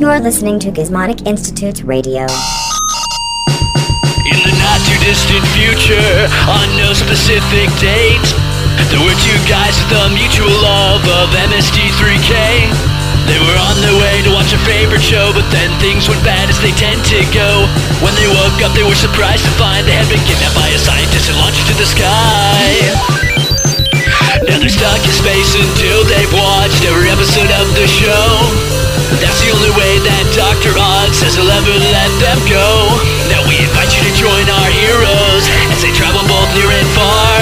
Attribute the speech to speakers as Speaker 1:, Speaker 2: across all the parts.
Speaker 1: You are listening to Gizmodic Institute's radio.
Speaker 2: In the not too distant future, on no specific date, there were two guys with a mutual love of MST3K. They were on their way to watch a favorite show, but then things went bad as they tend to go. When they woke up, they were surprised to find they had been kidnapped by a scientist and launched into the sky. Now they're stuck in space until they've watched every episode of the show. That's the only way that Dr. Odd says he'll ever let them go. Now we invite you to join our heroes as they travel both near and far,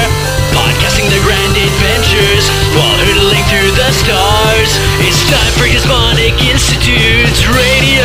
Speaker 2: podcasting their grand adventures while hurtling through the stars. It's time for Hispanic Institute's radio.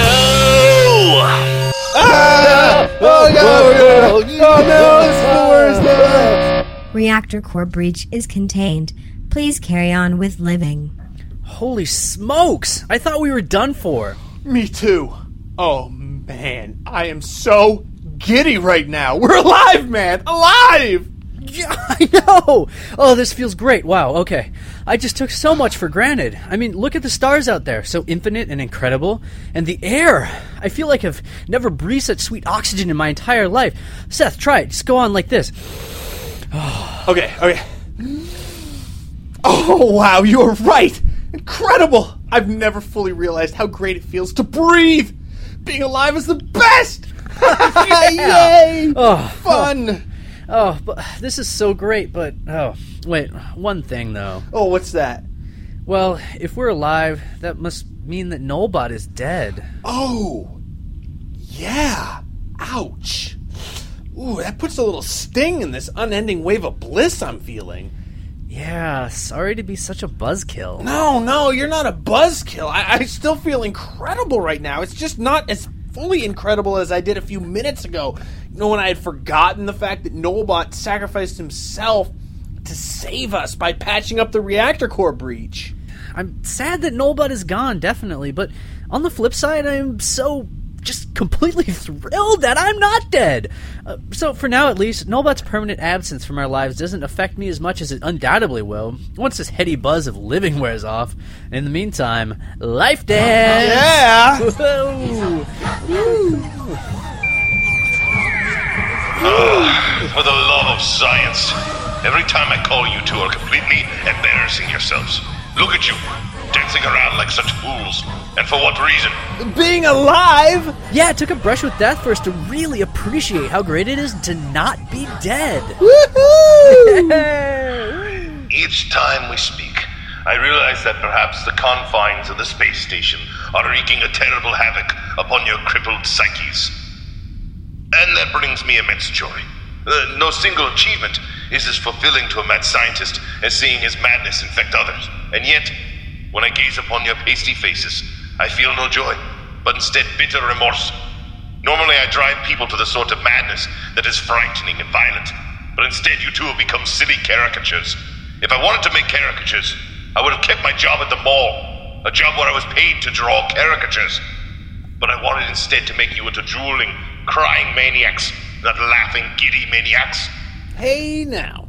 Speaker 3: Oh, no! Oh, no! It's the worst ever!
Speaker 1: Reactor core breach is contained. Please carry on with living.
Speaker 4: Holy smokes! I thought we were done for.
Speaker 3: Me too. Oh, man. I am so giddy right now. We're alive, man! Alive!
Speaker 4: Yeah, I know! Oh, this feels great. Wow, okay. I just took so much for granted. I mean, look at the stars out there, so infinite and incredible. And the air! I feel like I've never breathed such sweet oxygen in my entire life. Seth, try it. Just go on like this.
Speaker 3: Okay, okay. Oh, wow, you are right! Incredible! I've never fully realized how great it feels to breathe! Being alive is the best! Yay! Fun!
Speaker 4: Oh, but this is so great, but oh, wait, one thing though.
Speaker 3: Oh, what's that?
Speaker 4: Well, if we're alive, that must mean that Nolbot is dead.
Speaker 3: Oh, yeah. Ouch. Ooh, that puts a little sting in this unending wave of bliss I'm feeling.
Speaker 4: Yeah, sorry to be such a buzzkill.
Speaker 3: No, no, you're not a buzzkill. I, I still feel incredible right now. It's just not as fully incredible as I did a few minutes ago. You know, when I had forgotten the fact that Nolbot sacrificed himself to save us by patching up the reactor core breach.
Speaker 4: I'm sad that Nolbot is gone, definitely, but on the flip side, I'm so just completely thrilled that I'm not dead. Uh, so for now, at least, Nolbot's permanent absence from our lives doesn't affect me as much as it undoubtedly will once this heady buzz of living wears off. In the meantime, life dance.
Speaker 3: Yeah!
Speaker 4: Whoa.
Speaker 5: For the love of science. Every time I call you two are completely embarrassing yourselves. Look at you, dancing around like such fools. And for what reason?
Speaker 3: Being alive?
Speaker 4: Yeah, I took a brush with death first to really appreciate how great it is to not be dead.
Speaker 3: Woohoo!
Speaker 5: Each time we speak, I realize that perhaps the confines of the space station are wreaking a terrible havoc upon your crippled psyches. And that brings me immense joy. Uh, no single achievement is as fulfilling to a mad scientist as seeing his madness infect others. And yet, when I gaze upon your pasty faces, I feel no joy, but instead bitter remorse. Normally, I drive people to the sort of madness that is frightening and violent, but instead, you two have become silly caricatures. If I wanted to make caricatures, I would have kept my job at the mall, a job where I was paid to draw caricatures. But I wanted instead to make you into drooling, crying maniacs, not laughing, giddy maniacs.
Speaker 3: Hey now.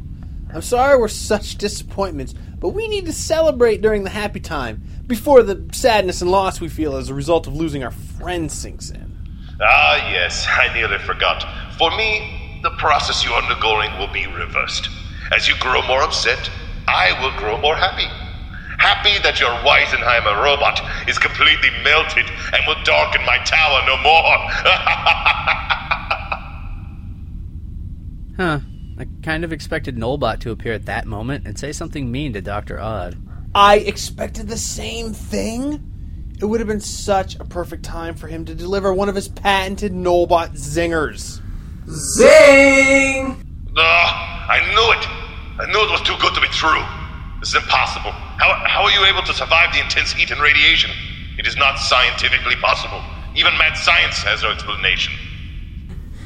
Speaker 3: I'm sorry we're such disappointments, but we need to celebrate during the happy time before the sadness and loss we feel as a result of losing our friend sinks in.
Speaker 5: Ah, yes, I nearly forgot. For me, the process you're undergoing will be reversed. As you grow more upset, I will grow more happy. Happy that your Weisenheimer robot is completely melted and will darken my tower no more.
Speaker 4: Huh. I kind of expected Nolbot to appear at that moment and say something mean to Dr. Odd.
Speaker 3: I expected the same thing. It would have been such a perfect time for him to deliver one of his patented Nolbot zingers.
Speaker 5: Ah, I knew it. I knew it was too good to be true. This is impossible. How, how are you able to survive the intense heat and radiation? It is not scientifically possible. Even mad science has no explanation.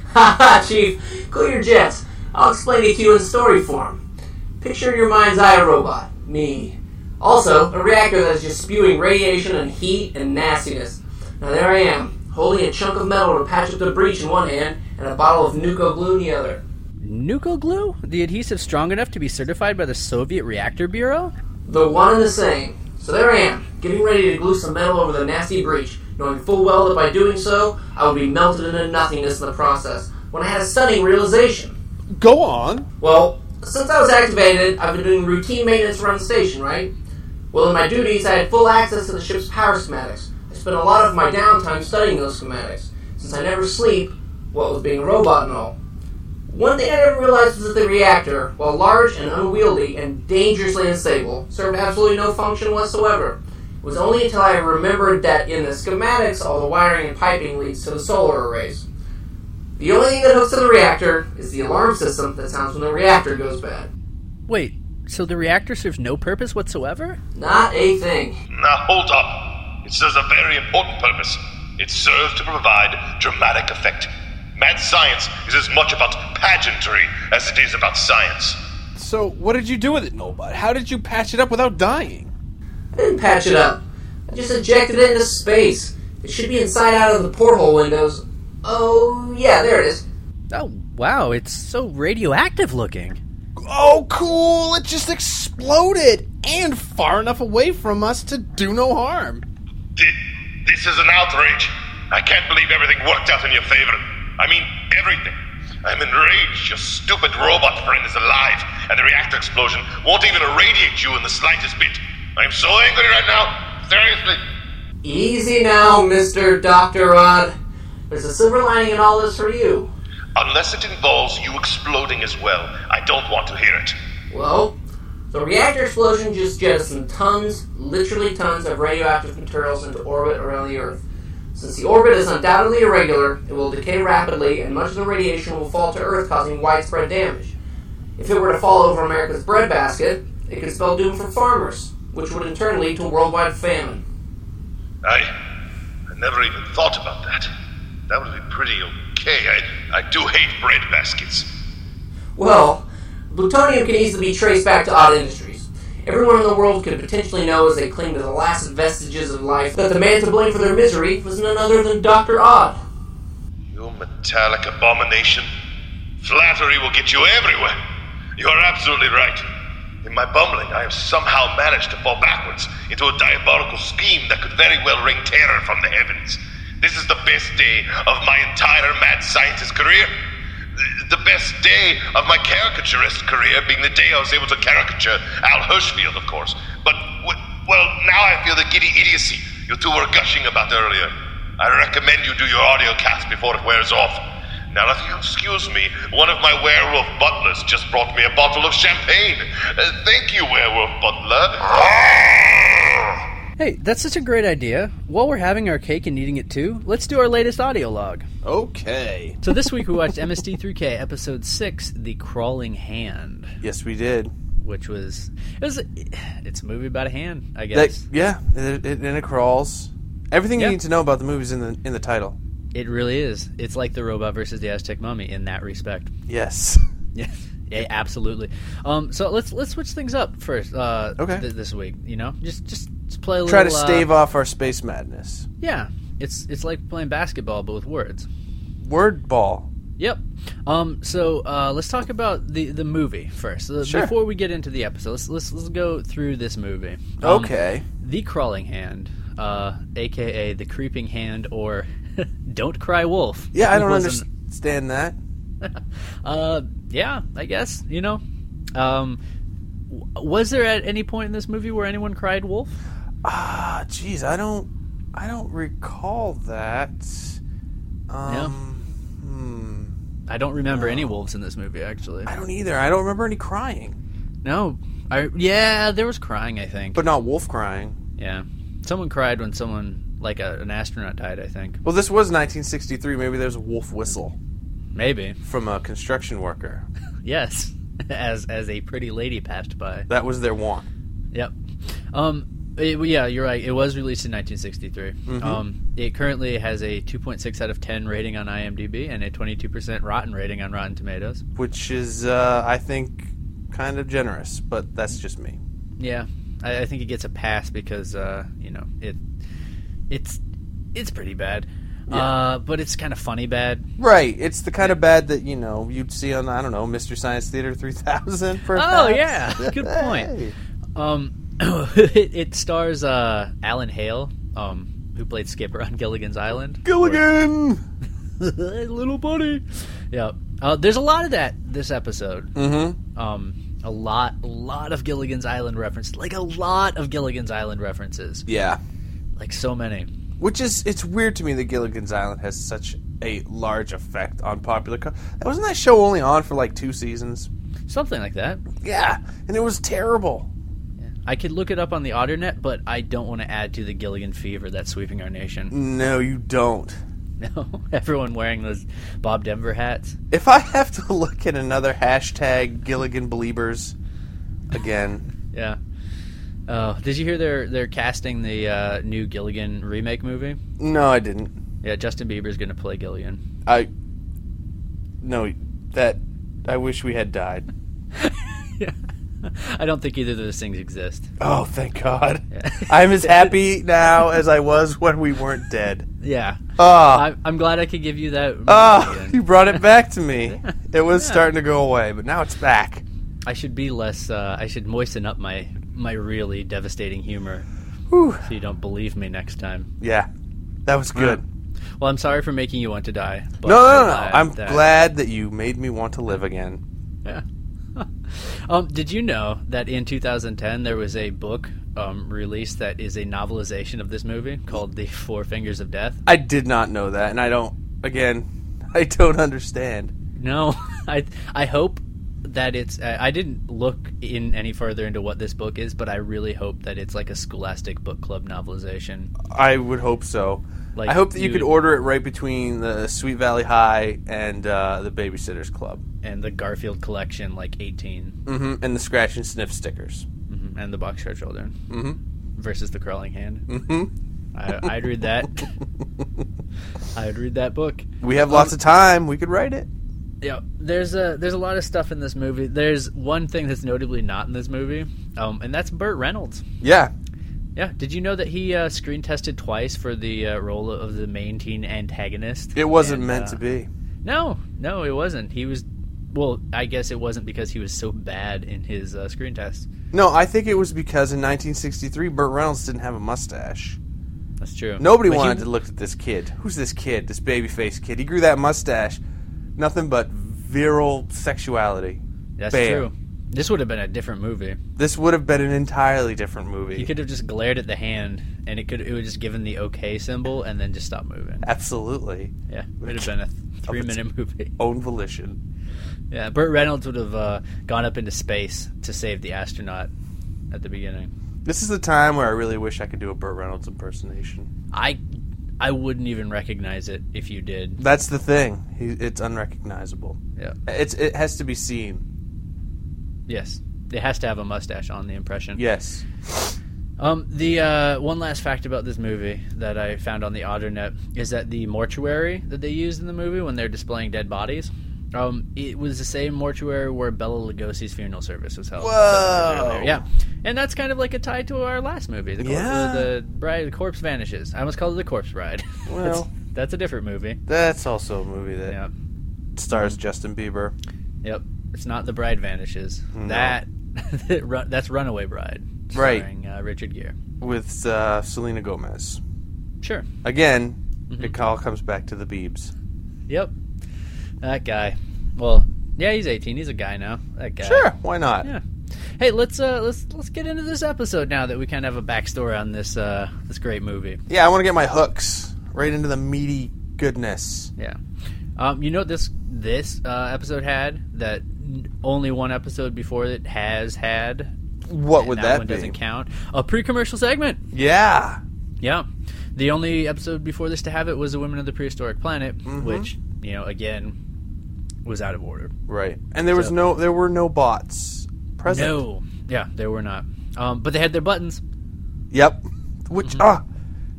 Speaker 6: Haha, Chief, cool your jets. I'll explain it to you in story form. Picture in your mind's eye a robot, me. Also, a reactor that's just spewing radiation and heat and nastiness. Now there I am, holding a chunk of metal to patch up the breach in one hand, and a bottle of Nuka Blue in the other.
Speaker 4: Nuco glue? The adhesive strong enough to be certified by the Soviet Reactor Bureau?
Speaker 6: The one and the same. So there I am, getting ready to glue some metal over the nasty breach, knowing full well that by doing so, I would be melted into nothingness in the process, when I had a stunning realization.
Speaker 3: Go on.
Speaker 6: Well, since I was activated, I've been doing routine maintenance around the station, right? Well, in my duties, I had full access to the ship's power schematics. I spent a lot of my downtime studying those schematics, since I never sleep, what with being a robot and all. One thing I never realized was that the reactor, while large and unwieldy and dangerously unstable, served absolutely no function whatsoever. It was only until I remembered that in the schematics, all the wiring and piping leads to the solar arrays. The only thing that hooks to the reactor is the alarm system that sounds when the reactor goes bad.
Speaker 4: Wait, so the reactor serves no purpose whatsoever?
Speaker 6: Not a thing.
Speaker 5: Now hold up. It serves a very important purpose. It serves to provide dramatic effect. Mad science is as much about pageantry as it is about science.
Speaker 3: So, what did you do with it, Nobot? How did you patch it up without dying?
Speaker 6: I didn't patch it up. I just ejected it into space. It should be inside out of the porthole windows. Oh, yeah, there it is.
Speaker 4: Oh, wow, it's so radioactive looking.
Speaker 3: Oh, cool! It just exploded! And far enough away from us to do no harm.
Speaker 5: Thi- This is an outrage. I can't believe everything worked out in your favor. I mean, everything. I'm enraged your stupid robot friend is alive, and the reactor explosion won't even irradiate you in the slightest bit. I'm so angry right now. Seriously.
Speaker 6: Easy now, Mr. Dr. Rod. There's a silver lining in all this for you.
Speaker 5: Unless it involves you exploding as well, I don't want to hear it.
Speaker 6: Well, the reactor explosion just jettisoned tons, literally tons, of radioactive materials into orbit around the Earth. Since the orbit is undoubtedly irregular, it will decay rapidly, and much of the radiation will fall to Earth, causing widespread damage. If it were to fall over America's breadbasket, it could spell doom for farmers, which would in turn lead to worldwide famine.
Speaker 5: I, I never even thought about that. That would be pretty okay. I, I do hate bread baskets.
Speaker 6: Well, plutonium can easily be traced back to odd industries. Everyone in the world could potentially know as they cling to the last vestiges of life that the man to blame for their misery was none other than Dr. Odd.
Speaker 5: You metallic abomination. Flattery will get you everywhere. You are absolutely right. In my bumbling, I have somehow managed to fall backwards into a diabolical scheme that could very well rain terror from the heavens. This is the best day of my entire mad scientist career. Th- The best day of my caricaturist career being the day I was able to caricature Al Hirschfield, of course. But, w- well, now I feel the giddy idiocy you two were gushing about earlier. I recommend you do your audio cast before it wears off. Now, if you'll excuse me, one of my werewolf butlers just brought me a bottle of champagne. Uh, thank you, werewolf butler.
Speaker 4: Hey, that's such a great idea. While we're having our cake and eating it too, let's do our latest audio log.
Speaker 3: Okay.
Speaker 4: So this week we watched MSD3K episode 6, The Crawling Hand,
Speaker 3: Yes, we did.
Speaker 4: which was it was it's a movie about a hand, I guess.
Speaker 3: yeah, it, it, and it crawls. Everything
Speaker 4: Yeah.
Speaker 3: you need to know about the movie's in the in the title.
Speaker 4: It really is. It's like the robot versus the Aztec mummy in that respect.
Speaker 3: Yes.
Speaker 4: Yeah, yeah, absolutely. Um, so let's let's switch things up first. Uh,
Speaker 3: Okay.
Speaker 4: th- this week, you know, just just, just play a
Speaker 3: Try to
Speaker 4: little.
Speaker 3: stave
Speaker 4: Uh,
Speaker 3: off our space madness.
Speaker 4: yeah, it's it's like playing basketball but with words.
Speaker 3: Word ball.
Speaker 4: Yep. Um, so uh, let's talk about the, the movie first. So
Speaker 3: Sure.
Speaker 4: Before we get into the episode, let's let's, let's go through this movie. Um,
Speaker 3: okay.
Speaker 4: The Crawling Hand, uh, aka the Creeping Hand, or Don't Cry Wolf.
Speaker 3: Yeah, I don't
Speaker 4: Was an-
Speaker 3: understand that.
Speaker 4: Uh, yeah, I guess you know. Um, w- was there at any point in this movie where anyone cried wolf?
Speaker 3: Ah, jeez, I don't, I don't recall that. Um, hmm.
Speaker 4: I don't remember any wolves in this movie actually.
Speaker 3: I don't either. I don't remember any crying,
Speaker 4: No, I yeah, there was crying. I think,
Speaker 3: but not wolf crying.
Speaker 4: yeah, someone cried when someone like a, an astronaut died. I think
Speaker 3: Well, this was 1963. Maybe there's a wolf whistle
Speaker 4: maybe
Speaker 3: from a construction worker.
Speaker 4: yes. As as a pretty lady passed by.
Speaker 3: That was their want.
Speaker 4: Yep. Um, it- yeah, you're right. It was released in 1963.
Speaker 3: Mm-hmm.
Speaker 4: Um, it currently has a 2.6 out of 10 rating on IMDb and a 22% rotten rating on Rotten Tomatoes.
Speaker 3: which is uh, I think kind of generous, but that's just me.
Speaker 4: Yeah, I, I think it gets a pass because uh, you know it. It's it's pretty bad. Uh, but it's kind of funny bad.
Speaker 7: Right. It's the kind of bad that you know you'd see on I don't know Mr. Science Theater 3000. Perhaps.
Speaker 4: Oh yeah, good
Speaker 7: Hey.
Speaker 4: point. Um, it, it stars uh, Alan Hale, um, who played Skipper on Gilligan's Island.
Speaker 7: Gilligan.
Speaker 4: little buddy. Yeah. Uh, there's a lot of that this episode. Mm-hmm. Um, a lot, a lot of Gilligan's Island references. Like a lot of Gilligan's Island references.
Speaker 7: Yeah.
Speaker 4: Like so many.
Speaker 7: Which is it's weird to me that Gilligan's Island has such a large effect on popular. Co- Wasn't that show only on for like two seasons?
Speaker 4: Something like that.
Speaker 7: Yeah, and it was terrible.
Speaker 4: I could look it up on the Otternet, but I don't want to add to the Gilligan fever that's sweeping our nation.
Speaker 7: No, you don't.
Speaker 4: No, everyone wearing those Bob Denver hats.
Speaker 7: If I have to look at another hashtag Gilligan Believers again,
Speaker 4: Yeah. Oh, did you hear they're they're casting the uh, new Gilligan remake movie?
Speaker 7: no, I didn't.
Speaker 4: Yeah, Justin Bieber's gonna play Gilligan.
Speaker 7: I no that I wish we had died.
Speaker 4: I don't think either of those things exist.
Speaker 7: Oh, thank God! I'm as happy now as I was when we weren't dead.
Speaker 4: Yeah,
Speaker 7: Ah,
Speaker 4: I, I'm glad I could give you that.
Speaker 7: ah!
Speaker 4: again.
Speaker 7: You brought it back to me. It was starting to go away, but now it's back.
Speaker 4: I should be less. Uh, I should moisten up my my really devastating humor, so you don't believe me next time.
Speaker 7: Yeah, that was good.
Speaker 4: Well, I'm sorry for making you want to die. But
Speaker 7: No,
Speaker 4: I'm
Speaker 7: no, no, no.
Speaker 4: glad
Speaker 7: I'm
Speaker 4: that-
Speaker 7: glad that you made me want to live again.
Speaker 4: Yeah. um, did you know that in 2010 there was a book um, released that is a novelization of this movie called The Four Fingers of Death?
Speaker 7: I did not know that, and I don't. Again, I don't understand.
Speaker 4: No, I I hope that it's I, I didn't look in any further into what this book is, but I really hope that it's like a Scholastic book club novelization.
Speaker 7: I would hope so.
Speaker 4: Like,
Speaker 7: I hope that you,
Speaker 4: you-
Speaker 7: could order it right between the Sweet Valley High and uh, the Babysitters Club,
Speaker 4: And the Garfield collection, like 18,
Speaker 7: hmm and the Scratch and Sniff stickers.
Speaker 4: Mhm. and the Boxcar Children mm-hmm. versus the Crawling Hand. Mm-hmm. I, I'd read that. I'd read that book.
Speaker 7: We have lots of time. We could write it.
Speaker 4: Yeah, there's a there's a lot of stuff in this movie. There's one thing that's notably not in this movie, um, and that's Burt Reynolds.
Speaker 7: Yeah,
Speaker 4: Yeah, did you know that he uh, screen tested twice for the uh, role of the main teen antagonist?
Speaker 7: it wasn't
Speaker 4: And,
Speaker 7: meant
Speaker 4: uh,
Speaker 7: to be.
Speaker 4: No, no, it wasn't. He was, well, I guess it wasn't because he was so bad in his uh, screen test.
Speaker 7: No, I think it was because in 1963, Burt Reynolds didn't have a mustache.
Speaker 4: That's true.
Speaker 7: Nobody
Speaker 4: But he-
Speaker 7: wanted to look at this kid. Who's this kid? This baby-faced kid. He grew that mustache. Nothing but virile sexuality.
Speaker 4: That's
Speaker 7: Bam.
Speaker 4: true. This would have been a different movie.
Speaker 7: This would have been an entirely different movie.
Speaker 4: You could have just glared at the hand, and it could it would just given the okay symbol, and then just stop moving.
Speaker 7: Absolutely.
Speaker 4: Yeah, it would have been a three minute movie.
Speaker 7: Own volition.
Speaker 4: Yeah, Burt Reynolds would have uh, gone up into space to save the astronaut at the beginning.
Speaker 7: This is the time where I really wish I could do a Burt Reynolds impersonation.
Speaker 4: I I wouldn't even recognize it if you did.
Speaker 7: That's the thing. He, it's unrecognizable.
Speaker 4: Yeah.
Speaker 7: It's it has to be seen.
Speaker 4: Yes. It has to have a mustache on the impression.
Speaker 7: Yes.
Speaker 4: Um, the uh, one last fact about this movie that I found on the Otternet is that the mortuary that they used in the movie when they're displaying dead bodies, um, it was the same mortuary where Bella Lugosi's funeral service was held.
Speaker 7: Whoa.
Speaker 4: Yeah, and that's kind of like a tie to our last movie, the, cor-
Speaker 7: Yeah.
Speaker 4: the, the bride, the corpse vanishes. I almost called it the corpse bride. that's,
Speaker 7: Well,
Speaker 4: that's a different movie.
Speaker 7: that's also a movie that
Speaker 4: Yeah,
Speaker 7: stars Justin Bieber.
Speaker 4: yep. It's not the bride vanishes. That Run- that's Runaway Bride,
Speaker 7: Right.
Speaker 4: starring uh, Richard Gere.
Speaker 7: with uh, Selena Gomez.
Speaker 4: Sure.
Speaker 7: Again,
Speaker 4: Mm-hmm.
Speaker 7: it all comes back to the Biebs.
Speaker 4: Yep. That guy. Well, yeah, he's 18. He's a guy now. That guy.
Speaker 7: Sure, why not?
Speaker 4: Yeah. Hey, let's uh let's let's get into this episode now that we kind of have a backstory on this uh this great movie.
Speaker 7: Yeah, I want to get my hooks right into the meaty goodness.
Speaker 4: Yeah. Um, you know what this this uh, episode had that n- only one episode before it has had.
Speaker 7: What
Speaker 4: and
Speaker 7: would
Speaker 4: that,
Speaker 7: that,
Speaker 4: one
Speaker 7: be?
Speaker 4: doesn't count. A pre-commercial segment.
Speaker 7: Yeah,
Speaker 4: Yeah. The only episode before this to have it was the Women of the Prehistoric Planet,
Speaker 7: Mm-hmm.
Speaker 4: which you know again was out of order.
Speaker 7: right. And there was
Speaker 4: So-
Speaker 7: no, there were no bots present.
Speaker 4: No. Yeah, they were not. Um, but they had their buttons.
Speaker 7: Yep. Which
Speaker 4: Mm-hmm.
Speaker 7: ah,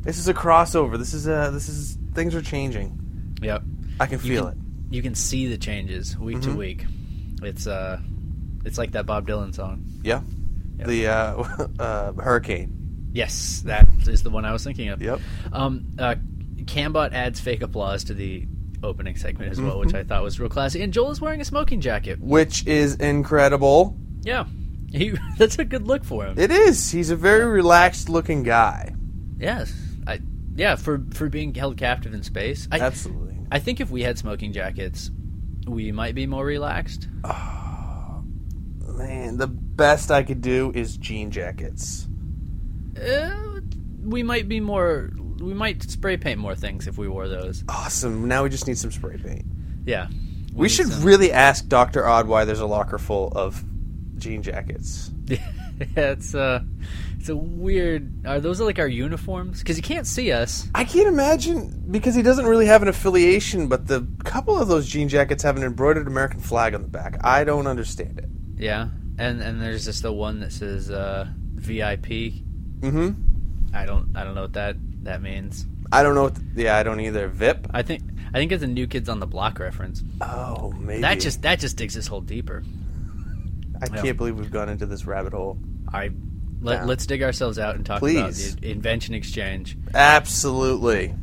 Speaker 7: this is a crossover. This is a this is things are changing.
Speaker 4: Yep.
Speaker 7: I can feel it.
Speaker 4: You can see the changes week
Speaker 7: Mm-hmm.
Speaker 4: to week. It's uh, it's like that Bob Dylan song.
Speaker 7: Yeah. The uh, uh, hurricane.
Speaker 4: Yes, that is the one I was thinking of.
Speaker 7: Yep.
Speaker 4: Um, uh, Cambot adds fake applause to the opening segment as well,
Speaker 7: Mm-hmm.
Speaker 4: which I thought was real classy. And Joel is wearing a smoking jacket.
Speaker 7: which is incredible.
Speaker 4: Yeah, he, that's a good look for him.
Speaker 7: It is. He's a very relaxed looking guy.
Speaker 4: yes, I yeah for for being held captive in space. I,
Speaker 7: Absolutely.
Speaker 4: I think if we had smoking jackets, we might be more relaxed.
Speaker 7: Man, the best I could do is jean jackets.
Speaker 4: Uh, we might be more. We might spray paint more things if we wore those.
Speaker 7: Awesome. Now we just need some spray paint.
Speaker 4: Yeah,
Speaker 7: We
Speaker 4: need
Speaker 7: should
Speaker 4: some-
Speaker 7: really ask Dr. Odd why there's a locker full of jean jackets.
Speaker 4: Yeah, it's uh, it's a weird. Are those like our uniforms? Because you can't see us.
Speaker 7: I can't imagine because he doesn't really have an affiliation, but the couple of those jean jackets have an embroidered American flag on the back. I don't understand it.
Speaker 4: Yeah, and and there's just the one that says uh, VIP.
Speaker 7: Mm-hmm.
Speaker 4: I don't I don't know what that that means.
Speaker 7: I don't know. What the, yeah, I don't either. Vip.
Speaker 4: I think I think it's a New Kids on the Block reference.
Speaker 7: Oh, maybe
Speaker 4: That just that just digs this hole deeper.
Speaker 7: I can't believe we've gone into this rabbit hole.
Speaker 4: I let,
Speaker 7: Yeah.
Speaker 4: let's dig ourselves out and talk about
Speaker 7: Please.
Speaker 4: the invention exchange.
Speaker 7: Absolutely.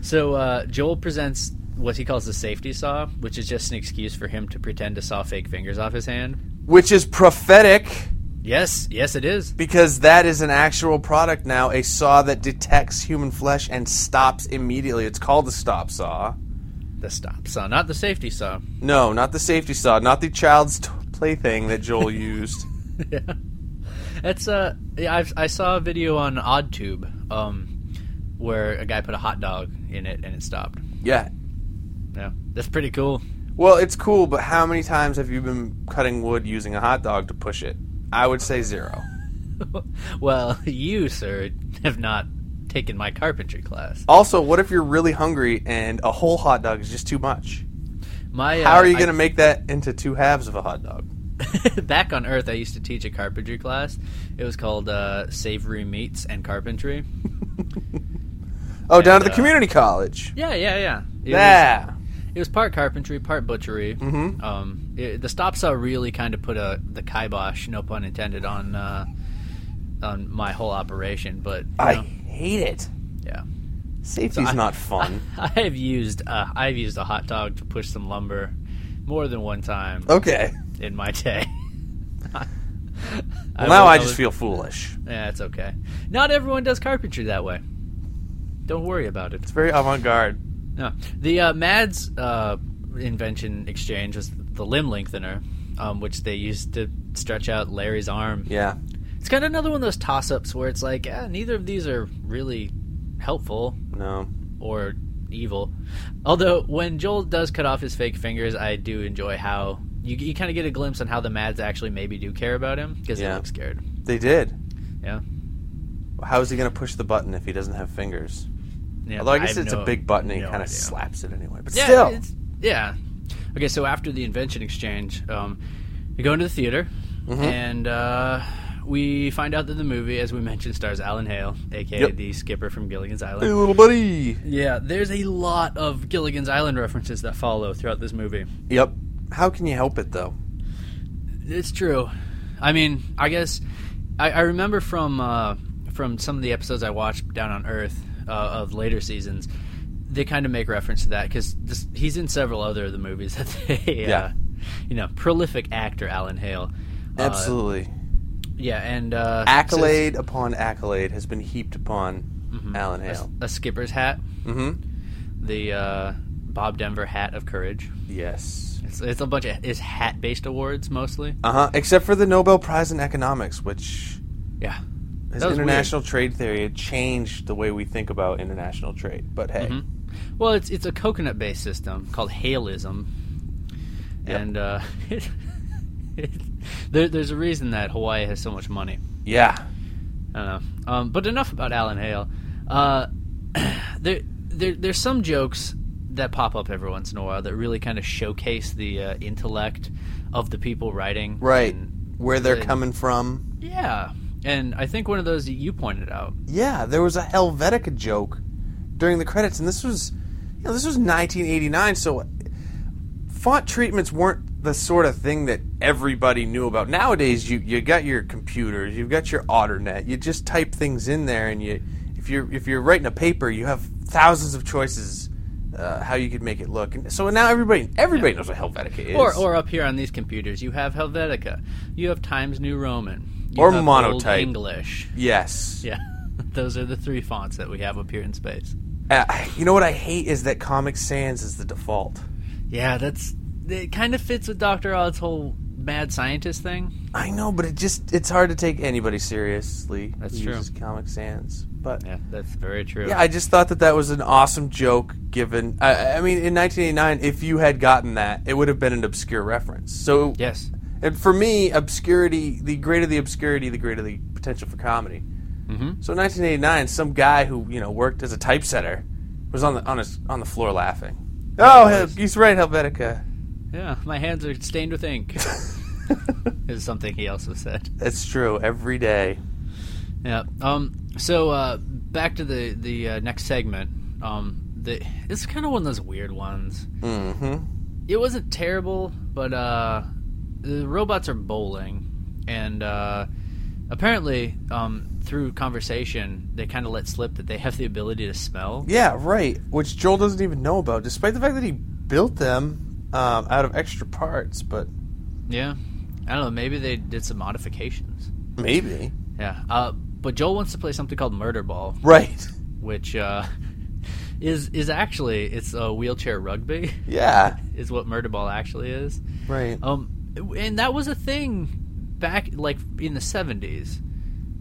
Speaker 4: So uh, Joel presents what he calls the safety saw, which is just an excuse for him to pretend to saw fake fingers off his hand.
Speaker 7: Which is prophetic
Speaker 4: Yes, yes, it is.
Speaker 7: because that is an actual product now, a saw that detects human flesh and stops immediately. It's called the stop saw.
Speaker 4: The stop saw, not the safety saw.
Speaker 7: No, not the safety saw, not the child's t- plaything that Joel used.
Speaker 4: That's uh, yeah, I've, I saw a video on OddTube, um, where a guy put a hot dog in it and it stopped.
Speaker 7: Yeah.
Speaker 4: Yeah, that's pretty cool.
Speaker 7: Well, it's cool, but how many times have you been cutting wood using a hot dog to push it? I would say zero.
Speaker 4: Well, you, sir, have not taken my carpentry class.
Speaker 7: Also, what if you're really hungry and a whole hot dog is just too much?
Speaker 4: My,
Speaker 7: How
Speaker 4: uh,
Speaker 7: are you
Speaker 4: I-
Speaker 7: going to make that into two halves of a hot dog?
Speaker 4: back on Earth, I used to teach a carpentry class. It was called uh, Savory Meats and Carpentry.
Speaker 7: Oh, down at the
Speaker 4: uh,
Speaker 7: community college.
Speaker 4: Yeah, yeah, yeah. It
Speaker 7: Yeah.
Speaker 4: Was, it was part carpentry, part butchery. Mm-hmm. Um, it, the stop saw really kind of put a the kibosh, no pun intended, on uh, on my whole operation. But you
Speaker 7: I
Speaker 4: know,
Speaker 7: hate it.
Speaker 4: yeah.
Speaker 7: Safety's not fun.
Speaker 4: I've used uh, I've used a hot dog to push some lumber more than one time
Speaker 7: okay.
Speaker 4: in my day.
Speaker 7: Well, now
Speaker 4: was-
Speaker 7: I just
Speaker 4: was-
Speaker 7: feel foolish.
Speaker 4: Yeah, it's okay. Not everyone does carpentry that way. Don't worry about it.
Speaker 7: It's very avant-garde.
Speaker 4: No, the uh, Mads uh, invention exchange was the limb lengthener, um, which they used to stretch out Larry's arm.
Speaker 7: Yeah.
Speaker 4: It's kind of another one of those toss-ups where it's like, eh, neither of these are really helpful
Speaker 7: No.
Speaker 4: or evil. Although when Joel does cut off his fake fingers, I do enjoy how you, you kind of get a glimpse on how the Mads actually maybe do care about him because
Speaker 7: Yeah.
Speaker 4: they look scared.
Speaker 7: They did.
Speaker 4: Yeah.
Speaker 7: How is he going to push the button if he doesn't have fingers?
Speaker 4: yeah
Speaker 7: Although I guess
Speaker 4: have
Speaker 7: it's
Speaker 4: no-
Speaker 7: a big button and
Speaker 4: no
Speaker 7: he kind of
Speaker 4: idea.
Speaker 7: slaps it anyway. But
Speaker 4: Yeah,
Speaker 7: still.
Speaker 4: it's- yeah. Okay, so after the invention exchange, um, we go into the theater,
Speaker 7: Mm-hmm.
Speaker 4: and uh, we find out that the movie, as we mentioned, stars Alan Hale, aka
Speaker 7: Yep.
Speaker 4: the skipper from Gilligan's Island.
Speaker 7: Hey, little buddy.
Speaker 4: Yeah, there's a lot of Gilligan's Island references that follow throughout this movie.
Speaker 7: Yep. How can you help it though?
Speaker 4: It's true. I mean, I guess I, I remember from uh, from some of the episodes I watched down on Earth uh, of later seasons. They kind of make reference to that because he's in several other of the movies that they, uh,
Speaker 7: Yeah.
Speaker 4: you know, prolific actor Alan Hale. Uh,
Speaker 7: Absolutely.
Speaker 4: yeah, and uh,
Speaker 7: accolade upon accolade has been heaped upon Alan
Speaker 4: says
Speaker 7: Hale.
Speaker 4: a, a skipper's hat,
Speaker 7: Mm-hmm.
Speaker 4: the uh, Bob Denver hat of courage.
Speaker 7: Yes.
Speaker 4: It's, it's a bunch of it's hat based awards mostly.
Speaker 7: Uh huh. Except for the Nobel Prize in Economics, which
Speaker 4: Yeah,
Speaker 7: His
Speaker 4: That was
Speaker 7: international trade theory had changed the way we think about international trade. But hey,
Speaker 4: Well, it's it's a coconut based system called Haleism,
Speaker 7: Yep.
Speaker 4: and uh, it, it, there, there's a reason that Hawaii has so much money.
Speaker 7: yeah,
Speaker 4: I don't know. Um, but enough about Alan Hale. Uh, there, there, there's some jokes that pop up every once in a while that really kind of showcase the uh, intellect of the people writing.
Speaker 7: right.
Speaker 4: And-
Speaker 7: Where they're
Speaker 4: and-
Speaker 7: coming from.
Speaker 4: yeah, and I think one of those that you pointed out.
Speaker 7: Yeah, there was a Helvetica joke during the credits, and this was, you know, this was 1989. So font treatments weren't the sort of thing that everybody knew about. Nowadays, you you got your computers, you've got your AutorNet. You just type things in there, and you if you're if you're writing a paper, you have thousands of choices uh, how you could make it look. And so now everybody everybody knows what Helvetica is.
Speaker 4: Or, or up here on these computers, you have Helvetica, you have Times New Roman, you
Speaker 7: Or
Speaker 4: have Old
Speaker 7: Monotype.
Speaker 4: English.
Speaker 7: yes.
Speaker 4: Yeah, those are the three fonts that we have up here in space.
Speaker 7: Uh, you know what I hate is that Comic Sans is the default.
Speaker 4: Yeah, that's it. Kind of fits with Doctor Odd's whole mad scientist thing.
Speaker 7: I know, but it just it's hard to take anybody seriously.
Speaker 4: That's
Speaker 7: who
Speaker 4: true.
Speaker 7: Uses Comic Sans, but
Speaker 4: Yeah, that's very true.
Speaker 7: Yeah, I just thought that that was an awesome joke. Given, I, I mean, in 1989, if you had gotten that, it would have been an obscure reference. So,
Speaker 4: yes.
Speaker 7: and for me, obscurity, the greater the obscurity, the greater the potential for comedy. Mm-hmm. So, in 1989, some guy who you know worked as a typesetter was on the on his on the floor laughing. Oh, Hel- he's right, Helvetica.
Speaker 4: Yeah, my hands are stained with ink. is something he also said.
Speaker 7: That's true. Every day.
Speaker 4: Yeah. Um. So uh, back to the the uh, next segment. Um. The it's kind of one of those weird ones. Mm-hmm. It wasn't terrible, but uh, the robots are bowling, and uh, apparently, um, through conversation, they kind of let slip that they have the ability to smell.
Speaker 7: Yeah, right. Which Joel doesn't even know about, despite the fact that he built them um, out of extra parts. But
Speaker 4: Yeah. I don't know. Maybe they did some modifications.
Speaker 7: maybe.
Speaker 4: Yeah. Uh. But Joel wants to play something called Murder Ball,
Speaker 7: Right.
Speaker 4: which uh, is is actually it's a wheelchair rugby.
Speaker 7: Yeah.
Speaker 4: is what murder ball actually is.
Speaker 7: Right.
Speaker 4: Um, and that was a thing back like in the seventies.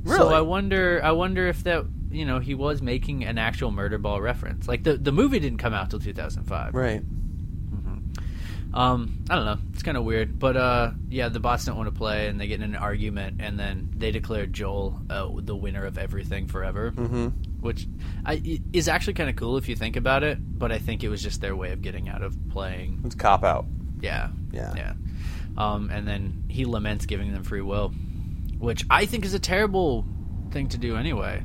Speaker 4: So
Speaker 7: Really?
Speaker 4: I wonder, I wonder if that you know he was making an actual murder ball reference. Like the the movie didn't come out till two thousand five.
Speaker 7: Right.
Speaker 4: Um, I don't know. It's kind of weird, but uh, yeah, the bots don't want to play, and they get in an argument, and then they declare Joel uh, the winner of everything forever. Mm-hmm. Which I, i- is actually kind of cool if you think about it, but I think it was just their way of getting out of playing
Speaker 7: It's cop out.
Speaker 4: Yeah.
Speaker 7: Yeah.
Speaker 4: Yeah. Um, and then he laments giving them free will, which I think is a terrible thing to do anyway.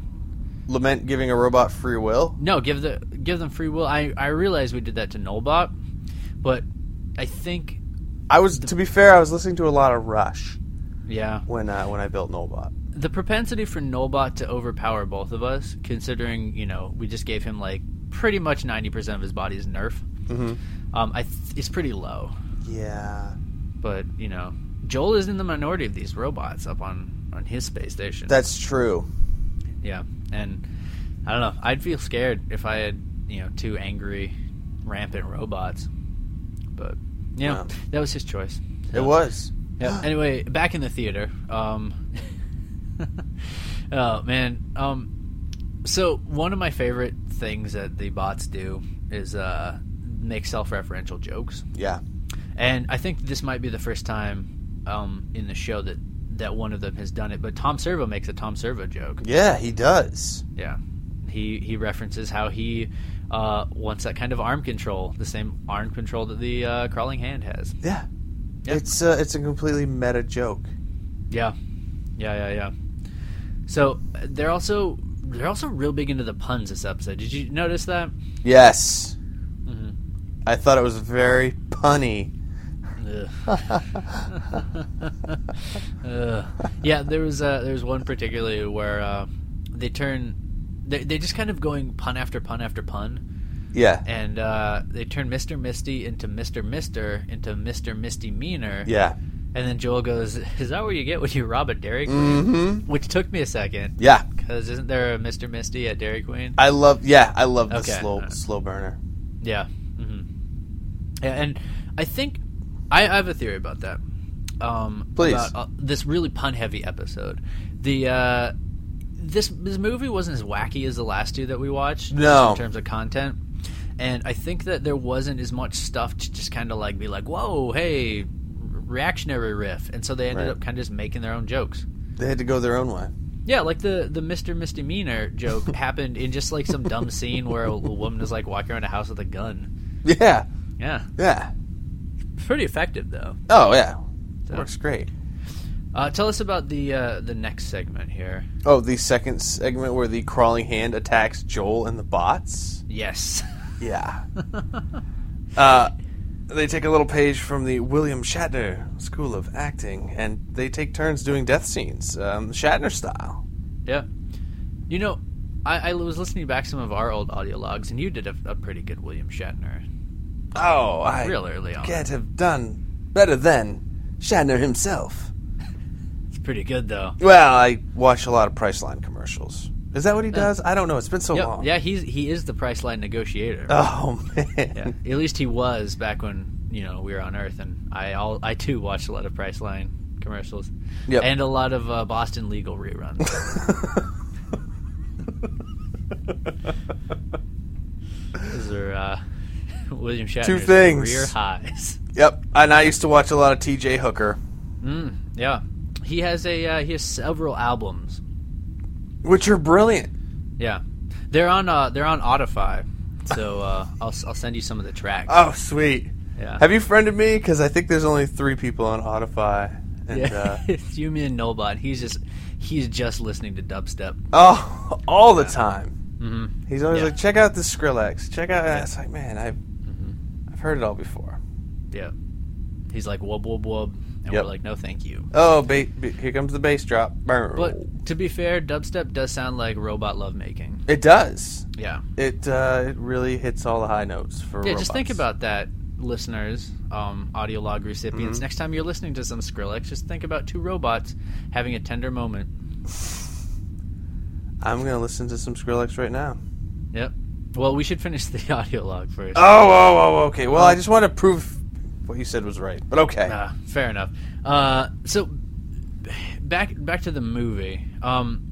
Speaker 7: Lament giving a robot free will.
Speaker 4: No, give the give them free will. I I realize we did that to Nullbot, but I think
Speaker 7: I was to be fair, I was listening to a lot of Rush
Speaker 4: yeah,
Speaker 7: when uh, when I built Nobot.
Speaker 4: the propensity for Nullbot to overpower both of us, considering you know we just gave him like pretty much ninety percent of his body's nerf, um, I th- is pretty low.
Speaker 7: Yeah.
Speaker 4: But you know, Joel is in the minority of these robots up on on his space station.
Speaker 7: That's true.
Speaker 4: Yeah, and I don't know. I'd feel scared if I had you know two angry, rampant robots. But you know,
Speaker 7: Wow.
Speaker 4: that was his choice.
Speaker 7: It was.
Speaker 4: Yeah. anyway, back in the theater. Um, oh man. Um, so one of my favorite things that the bots do is uh, make self-referential jokes,
Speaker 7: Yeah.
Speaker 4: and I think this might be the first time um, in the show that that one of them has done it. But Tom Servo makes a Tom Servo joke.
Speaker 7: Yeah, he does.
Speaker 4: Yeah. He he references how he uh, wants that kind of arm control, the same arm control that the uh, crawling hand has.
Speaker 7: Yeah. It's uh, it's a completely meta joke.
Speaker 4: Yeah. Yeah, yeah, yeah. So uh, they're also they're also real big into the puns this episode. Did you notice that?
Speaker 7: Yes. Mm-hmm. I thought it was very punny.
Speaker 4: Ugh. Ugh. Yeah, there was uh, there was one particularly where uh, they turn they they just kind of going pun after pun after pun.
Speaker 7: Yeah.
Speaker 4: and uh, they turn Mr. Misty into Mr. Mister into Mr. Misdemeanor.
Speaker 7: yeah.
Speaker 4: And then Joel goes, "Is that what you get when you rob a Dairy Queen?"
Speaker 7: Mm-hmm.
Speaker 4: Which took me a second
Speaker 7: Yeah.
Speaker 4: because isn't there a Mr. Misty at Dairy Queen?
Speaker 7: I love. Yeah, I love the
Speaker 4: Okay.
Speaker 7: slow slow burner.
Speaker 4: yeah. hmm yeah. And I think I, I have a theory about that. Um,
Speaker 7: Please.
Speaker 4: About, uh, this really pun-heavy episode. The uh, this this movie wasn't as wacky as the last two that we watched. just
Speaker 7: No.
Speaker 4: in terms of content, and I think that there wasn't as much stuff to just kind of like be like, "Whoa, hey, r- reactionary riff," and so they ended
Speaker 7: Right.
Speaker 4: up kind of just making their own jokes.
Speaker 7: They had to go their own way.
Speaker 4: Yeah, like the the Mister Misdemeanor joke happened in just like some dumb scene where a, a woman is like walking around a house with a gun.
Speaker 7: Yeah.
Speaker 4: Yeah,
Speaker 7: Yeah.
Speaker 4: pretty effective though.
Speaker 7: Oh yeah.
Speaker 4: So-
Speaker 7: Works great.
Speaker 4: Uh, tell us about the uh, the next segment here.
Speaker 7: Oh, the second segment where the crawling hand attacks Joel and the bots?
Speaker 4: Yes.
Speaker 7: Yeah. uh, they take a little page from the William Shatner School of Acting, and they take turns doing death scenes, um, Shatner style.
Speaker 4: Yeah. You know, I, I was listening back some of our old audio logs, and you did a, a pretty good William Shatner.
Speaker 7: Oh, I
Speaker 4: Real early on.
Speaker 7: can't have done better than Shatner himself.
Speaker 4: It's pretty good though.
Speaker 7: Well, I watch a lot of Priceline commercials. Is that what he does? I don't know. It's been so
Speaker 4: Yep.
Speaker 7: long.
Speaker 4: Yeah, he's he is the Priceline negotiator.
Speaker 7: Oh man.
Speaker 4: Yeah, at least he was back when you know we were on Earth, and I all I too watched a lot of Priceline commercials,
Speaker 7: Yep.
Speaker 4: and a lot of uh, Boston Legal reruns. Those are uh, William Shatner's
Speaker 7: Two things.
Speaker 4: career highs.
Speaker 7: Yep. And I used to watch a lot of T.J. Hooker,
Speaker 4: Mm, Yeah, he has a uh, he has several albums.
Speaker 7: which are brilliant.
Speaker 4: Yeah, they're on uh, they're on Audify, so uh, I'll s- I'll send you some of the tracks.
Speaker 7: Oh, sweet.
Speaker 4: yeah.
Speaker 7: Have you friended me? Because I think there's only three people on Audify. And,
Speaker 4: yeah,
Speaker 7: uh,
Speaker 4: it's you, me, and Nobot. He's just he's just listening to dubstep.
Speaker 7: oh, all the time.
Speaker 4: Mhm.
Speaker 7: He's always
Speaker 4: Yeah.
Speaker 7: like, check out this Skrillex. Check out. and It's like, man, I've,
Speaker 4: Mm-hmm.
Speaker 7: I've heard it all before.
Speaker 4: Yeah. He's like wub wub wub, and
Speaker 7: Yep.
Speaker 4: we're like, no, thank you.
Speaker 7: Oh, ba- ba- here comes the bass drop. Brr.
Speaker 4: But to be fair, dubstep does sound like robot lovemaking.
Speaker 7: it does.
Speaker 4: Yeah.
Speaker 7: It uh, it really hits all the high notes for.
Speaker 4: Yeah, just think
Speaker 7: robots.
Speaker 4: about that, listeners, um, audio log
Speaker 7: Mm-hmm.
Speaker 4: recipients. Next time you're listening to some Skrillex, just think about two robots having a tender moment.
Speaker 7: I'm gonna listen to some Skrillex right now.
Speaker 4: Yep. Well, we should finish the audio log first.
Speaker 7: Oh, oh, oh, okay. Well, I just want to prove what you said was right. But okay.
Speaker 4: Uh, fair enough. Uh, so back back to the movie. Um,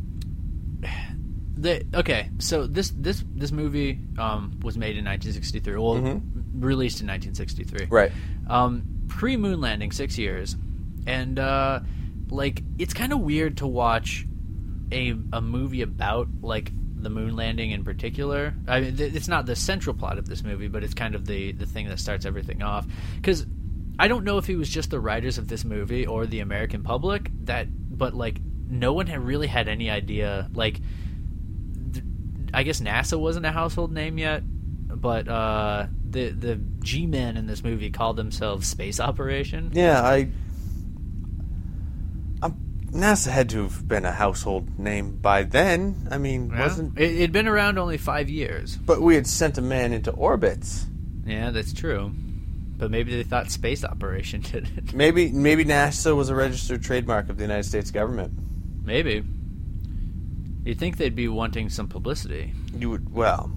Speaker 4: the okay, so this this this movie um, was made in 1963. Well, released in 1963.
Speaker 7: Mm-hmm. Right.
Speaker 4: Um, Pre moon landing, six years, and uh, like it's kind of weird to watch a a movie about like the moon landing in particular. I mean, th- it's not the central plot of this movie, but it's kind of the the thing that starts everything off. Because I don't know if it was just the writers of this movie or the American public that, but like no one had really had any idea. Like, th- I guess NASA wasn't a household name yet, but uh, the the G men in this movie called themselves Space Operation.
Speaker 7: Yeah, I. I'm, NASA had to have been a household name by then. I mean, wasn't.
Speaker 4: it, it'd been around only five years.
Speaker 7: But we had sent a man into orbit.
Speaker 4: Yeah, that's true. But maybe they thought space operation did it.
Speaker 7: Maybe, maybe NASA was a registered trademark of the United States government.
Speaker 4: Maybe. You'd think they'd be wanting some publicity.
Speaker 7: You would, well,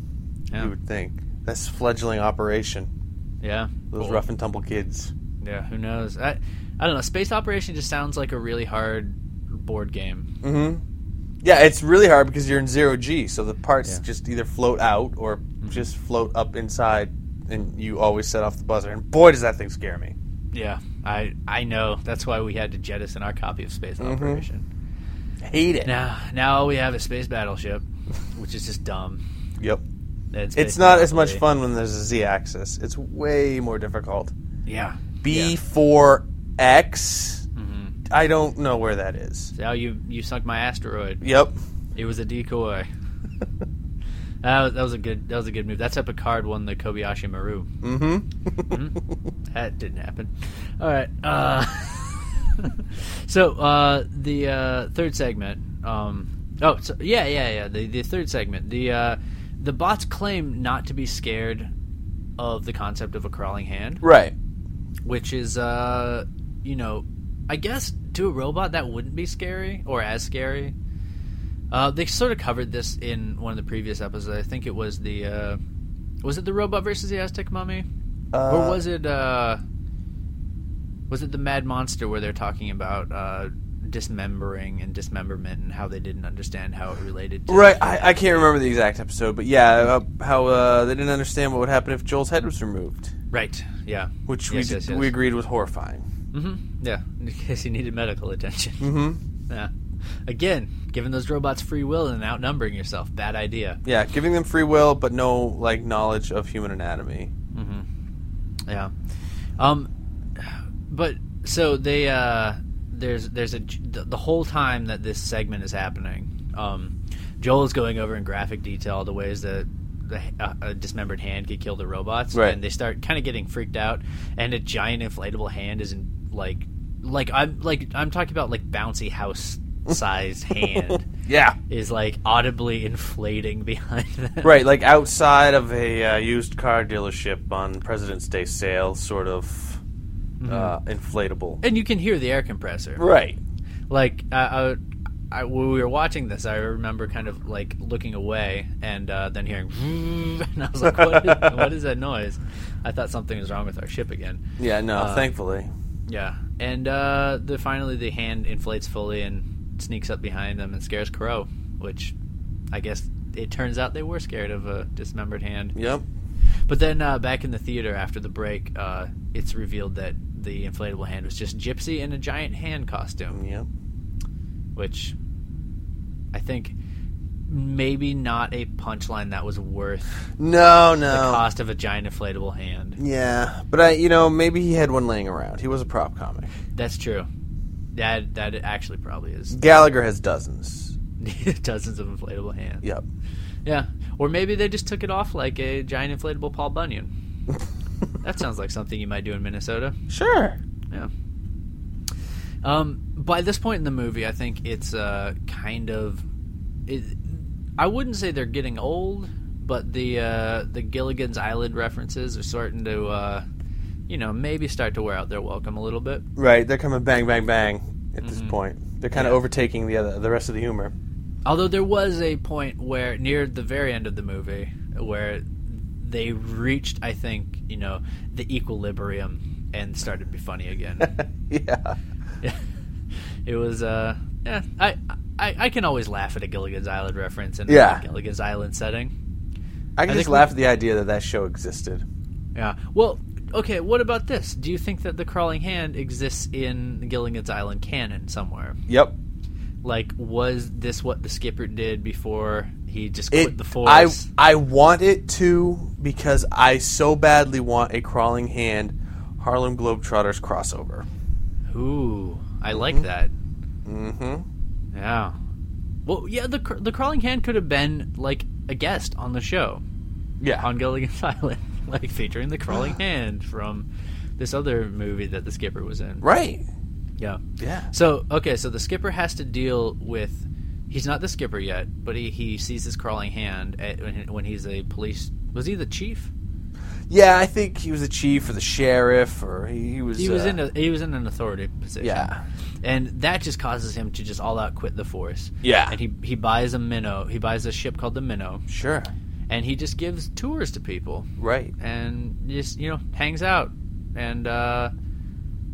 Speaker 4: Yeah.
Speaker 7: you would think that's fledgling operation.
Speaker 4: yeah.
Speaker 7: Those
Speaker 4: Well,
Speaker 7: rough and tumble kids.
Speaker 4: Yeah. Who knows? I, I don't know. Space operation just sounds like a really hard board game.
Speaker 7: Mm-hmm. Yeah, it's really hard because you're in zero G, so the parts
Speaker 4: Yeah. Mm-hmm.
Speaker 7: just either float out or just float up inside, and you always set off the buzzer. And boy, does that thing scare me.
Speaker 4: Yeah. I I know. That's why we had to jettison our copy of space
Speaker 7: Mm-hmm.
Speaker 4: operation.
Speaker 7: Hate it.
Speaker 4: Now now all we have is space battleship, which is just dumb.
Speaker 7: Yep.
Speaker 4: And
Speaker 7: It's
Speaker 4: Space
Speaker 7: not as much
Speaker 4: Monopoly.
Speaker 7: fun when there's a Z axis. It's way more difficult.
Speaker 4: Yeah.
Speaker 7: B four X.
Speaker 4: Mm-hmm.
Speaker 7: I don't know where that is.
Speaker 4: Now you you sunk my asteroid.
Speaker 7: Yep.
Speaker 4: It was a decoy. that, was, that was a good. That was a good move. That's how Picard won the Kobayashi Maru. Mm-hmm. That didn't happen. All right. Uh, so uh, the uh, third segment. Um, oh, so, yeah, yeah, yeah. The, the third segment. The uh, the bots claim not to be scared of the concept of a crawling hand
Speaker 7: Right.
Speaker 4: which is uh you know i guess to a robot that wouldn't be scary or as scary uh they sort of covered this in one of the previous episodes i think it was the uh was it the robot versus the aztec mummy or was it uh was it the mad monster where they're talking about uh dismembering and dismemberment and how they didn't understand how it related to
Speaker 7: Right. I, I can't remember the exact episode, but yeah, uh, how uh, they didn't understand what would happen if Joel's head was removed,
Speaker 4: right yeah
Speaker 7: which we
Speaker 4: Yes,
Speaker 7: did,
Speaker 4: yes, yes.
Speaker 7: we agreed was horrifying.
Speaker 4: Yeah, in case he needed medical attention. Mm-hmm. Yeah. Again, giving those robots free will and outnumbering yourself, bad idea.
Speaker 7: Yeah, giving them free will but no like knowledge of human anatomy.
Speaker 4: Yeah. Um, but so they uh, there's there's a the, the whole time that this segment is happening, um, Joel is going over in graphic detail the ways that the uh, a dismembered hand could kill the robots,
Speaker 7: Right.
Speaker 4: and they start kind of getting freaked out, and a giant inflatable hand is in like like I'm like I'm talking about like bouncy house sized hand
Speaker 7: Yeah.
Speaker 4: is like audibly inflating behind them.
Speaker 7: Right, like outside of a uh, used car dealership on President's Day sale, sort of
Speaker 4: Mm-hmm.
Speaker 7: uh, inflatable.
Speaker 4: And you can hear the air compressor.
Speaker 7: Right.
Speaker 4: like I, I, I, when we were watching this, I remember kind of like looking away and uh, then hearing, and I was like, what is, "What is that noise?" I thought something was wrong with our ship again.
Speaker 7: Yeah, no,
Speaker 4: Uh,
Speaker 7: thankfully.
Speaker 4: Yeah, and uh, the finally the hand inflates fully and sneaks up behind them and scares Crow, which I guess it turns out they were scared of a dismembered hand.
Speaker 7: Yep.
Speaker 4: But then uh, back in the theater after the break, uh, it's revealed that the inflatable hand was just Gypsy in a giant hand costume
Speaker 7: Yep.
Speaker 4: which I think maybe not a punchline that was worth
Speaker 7: No, no.
Speaker 4: the cost of a giant inflatable hand.
Speaker 7: Yeah, but I, you know, maybe he had one laying around. He was a prop comic.
Speaker 4: That's true. That that it actually probably is
Speaker 7: Gallagher has dozens.
Speaker 4: dozens of inflatable hands.
Speaker 7: Yep.
Speaker 4: Yeah. Or maybe they just took it off like a giant inflatable Paul Bunyan. that sounds like something you might do in Minnesota.
Speaker 7: Sure.
Speaker 4: Yeah. Um, by this point in the movie, I think it's uh, kind of. It, I wouldn't say they're getting old, but the uh, the Gilligan's Island references are starting to, uh, you know, maybe start to wear out their welcome a little bit.
Speaker 7: Right, they're coming bang, bang, bang at
Speaker 4: Mm-hmm.
Speaker 7: this point. They're kind of overtaking the other, the rest of the humor.
Speaker 4: Although there was a point where near the very end of the movie where they reached, I think, you know, the equilibrium and started to be funny again.
Speaker 7: Yeah.
Speaker 4: It was uh yeah, I, I I can always laugh at a Gilligan's Island reference in
Speaker 7: Yeah.
Speaker 4: a Gilligan's Island setting.
Speaker 7: I can
Speaker 4: I
Speaker 7: just
Speaker 4: think
Speaker 7: laugh at the idea that that show existed.
Speaker 4: Yeah. Well, okay, what about this? Do you think that the crawling hand exists in the Gilligan's Island canon somewhere?
Speaker 7: Yep.
Speaker 4: Like was this what the skipper did before he just quit
Speaker 7: It,
Speaker 4: the
Speaker 7: I,
Speaker 4: force?
Speaker 7: I want it to because I so badly want a crawling hand Harlem Globetrotters crossover.
Speaker 4: Ooh, I like that. Mm-hmm. Yeah. Well, yeah, the cr- the crawling hand could have been like a guest on the show.
Speaker 7: Yeah.
Speaker 4: on Gilligan's Island, like featuring the crawling hand from this other movie that the skipper was in.
Speaker 7: Right.
Speaker 4: Yeah.
Speaker 7: Yeah.
Speaker 4: So okay, so the skipper has to deal with. He's not the skipper yet, but he, he sees this crawling hand at, when, when he's a police. Was he the chief?
Speaker 7: Yeah, I think he was the chief or the sheriff or he, he was.
Speaker 4: He was
Speaker 7: uh,
Speaker 4: in a, he was in an authority position.
Speaker 7: Yeah.
Speaker 4: and that just causes him to just all out quit the force.
Speaker 7: Yeah.
Speaker 4: and he he buys a minnow. He buys a ship called the Minnow,
Speaker 7: Sure.
Speaker 4: and he just gives tours to people
Speaker 7: Right.
Speaker 4: and just you know hangs out and. uh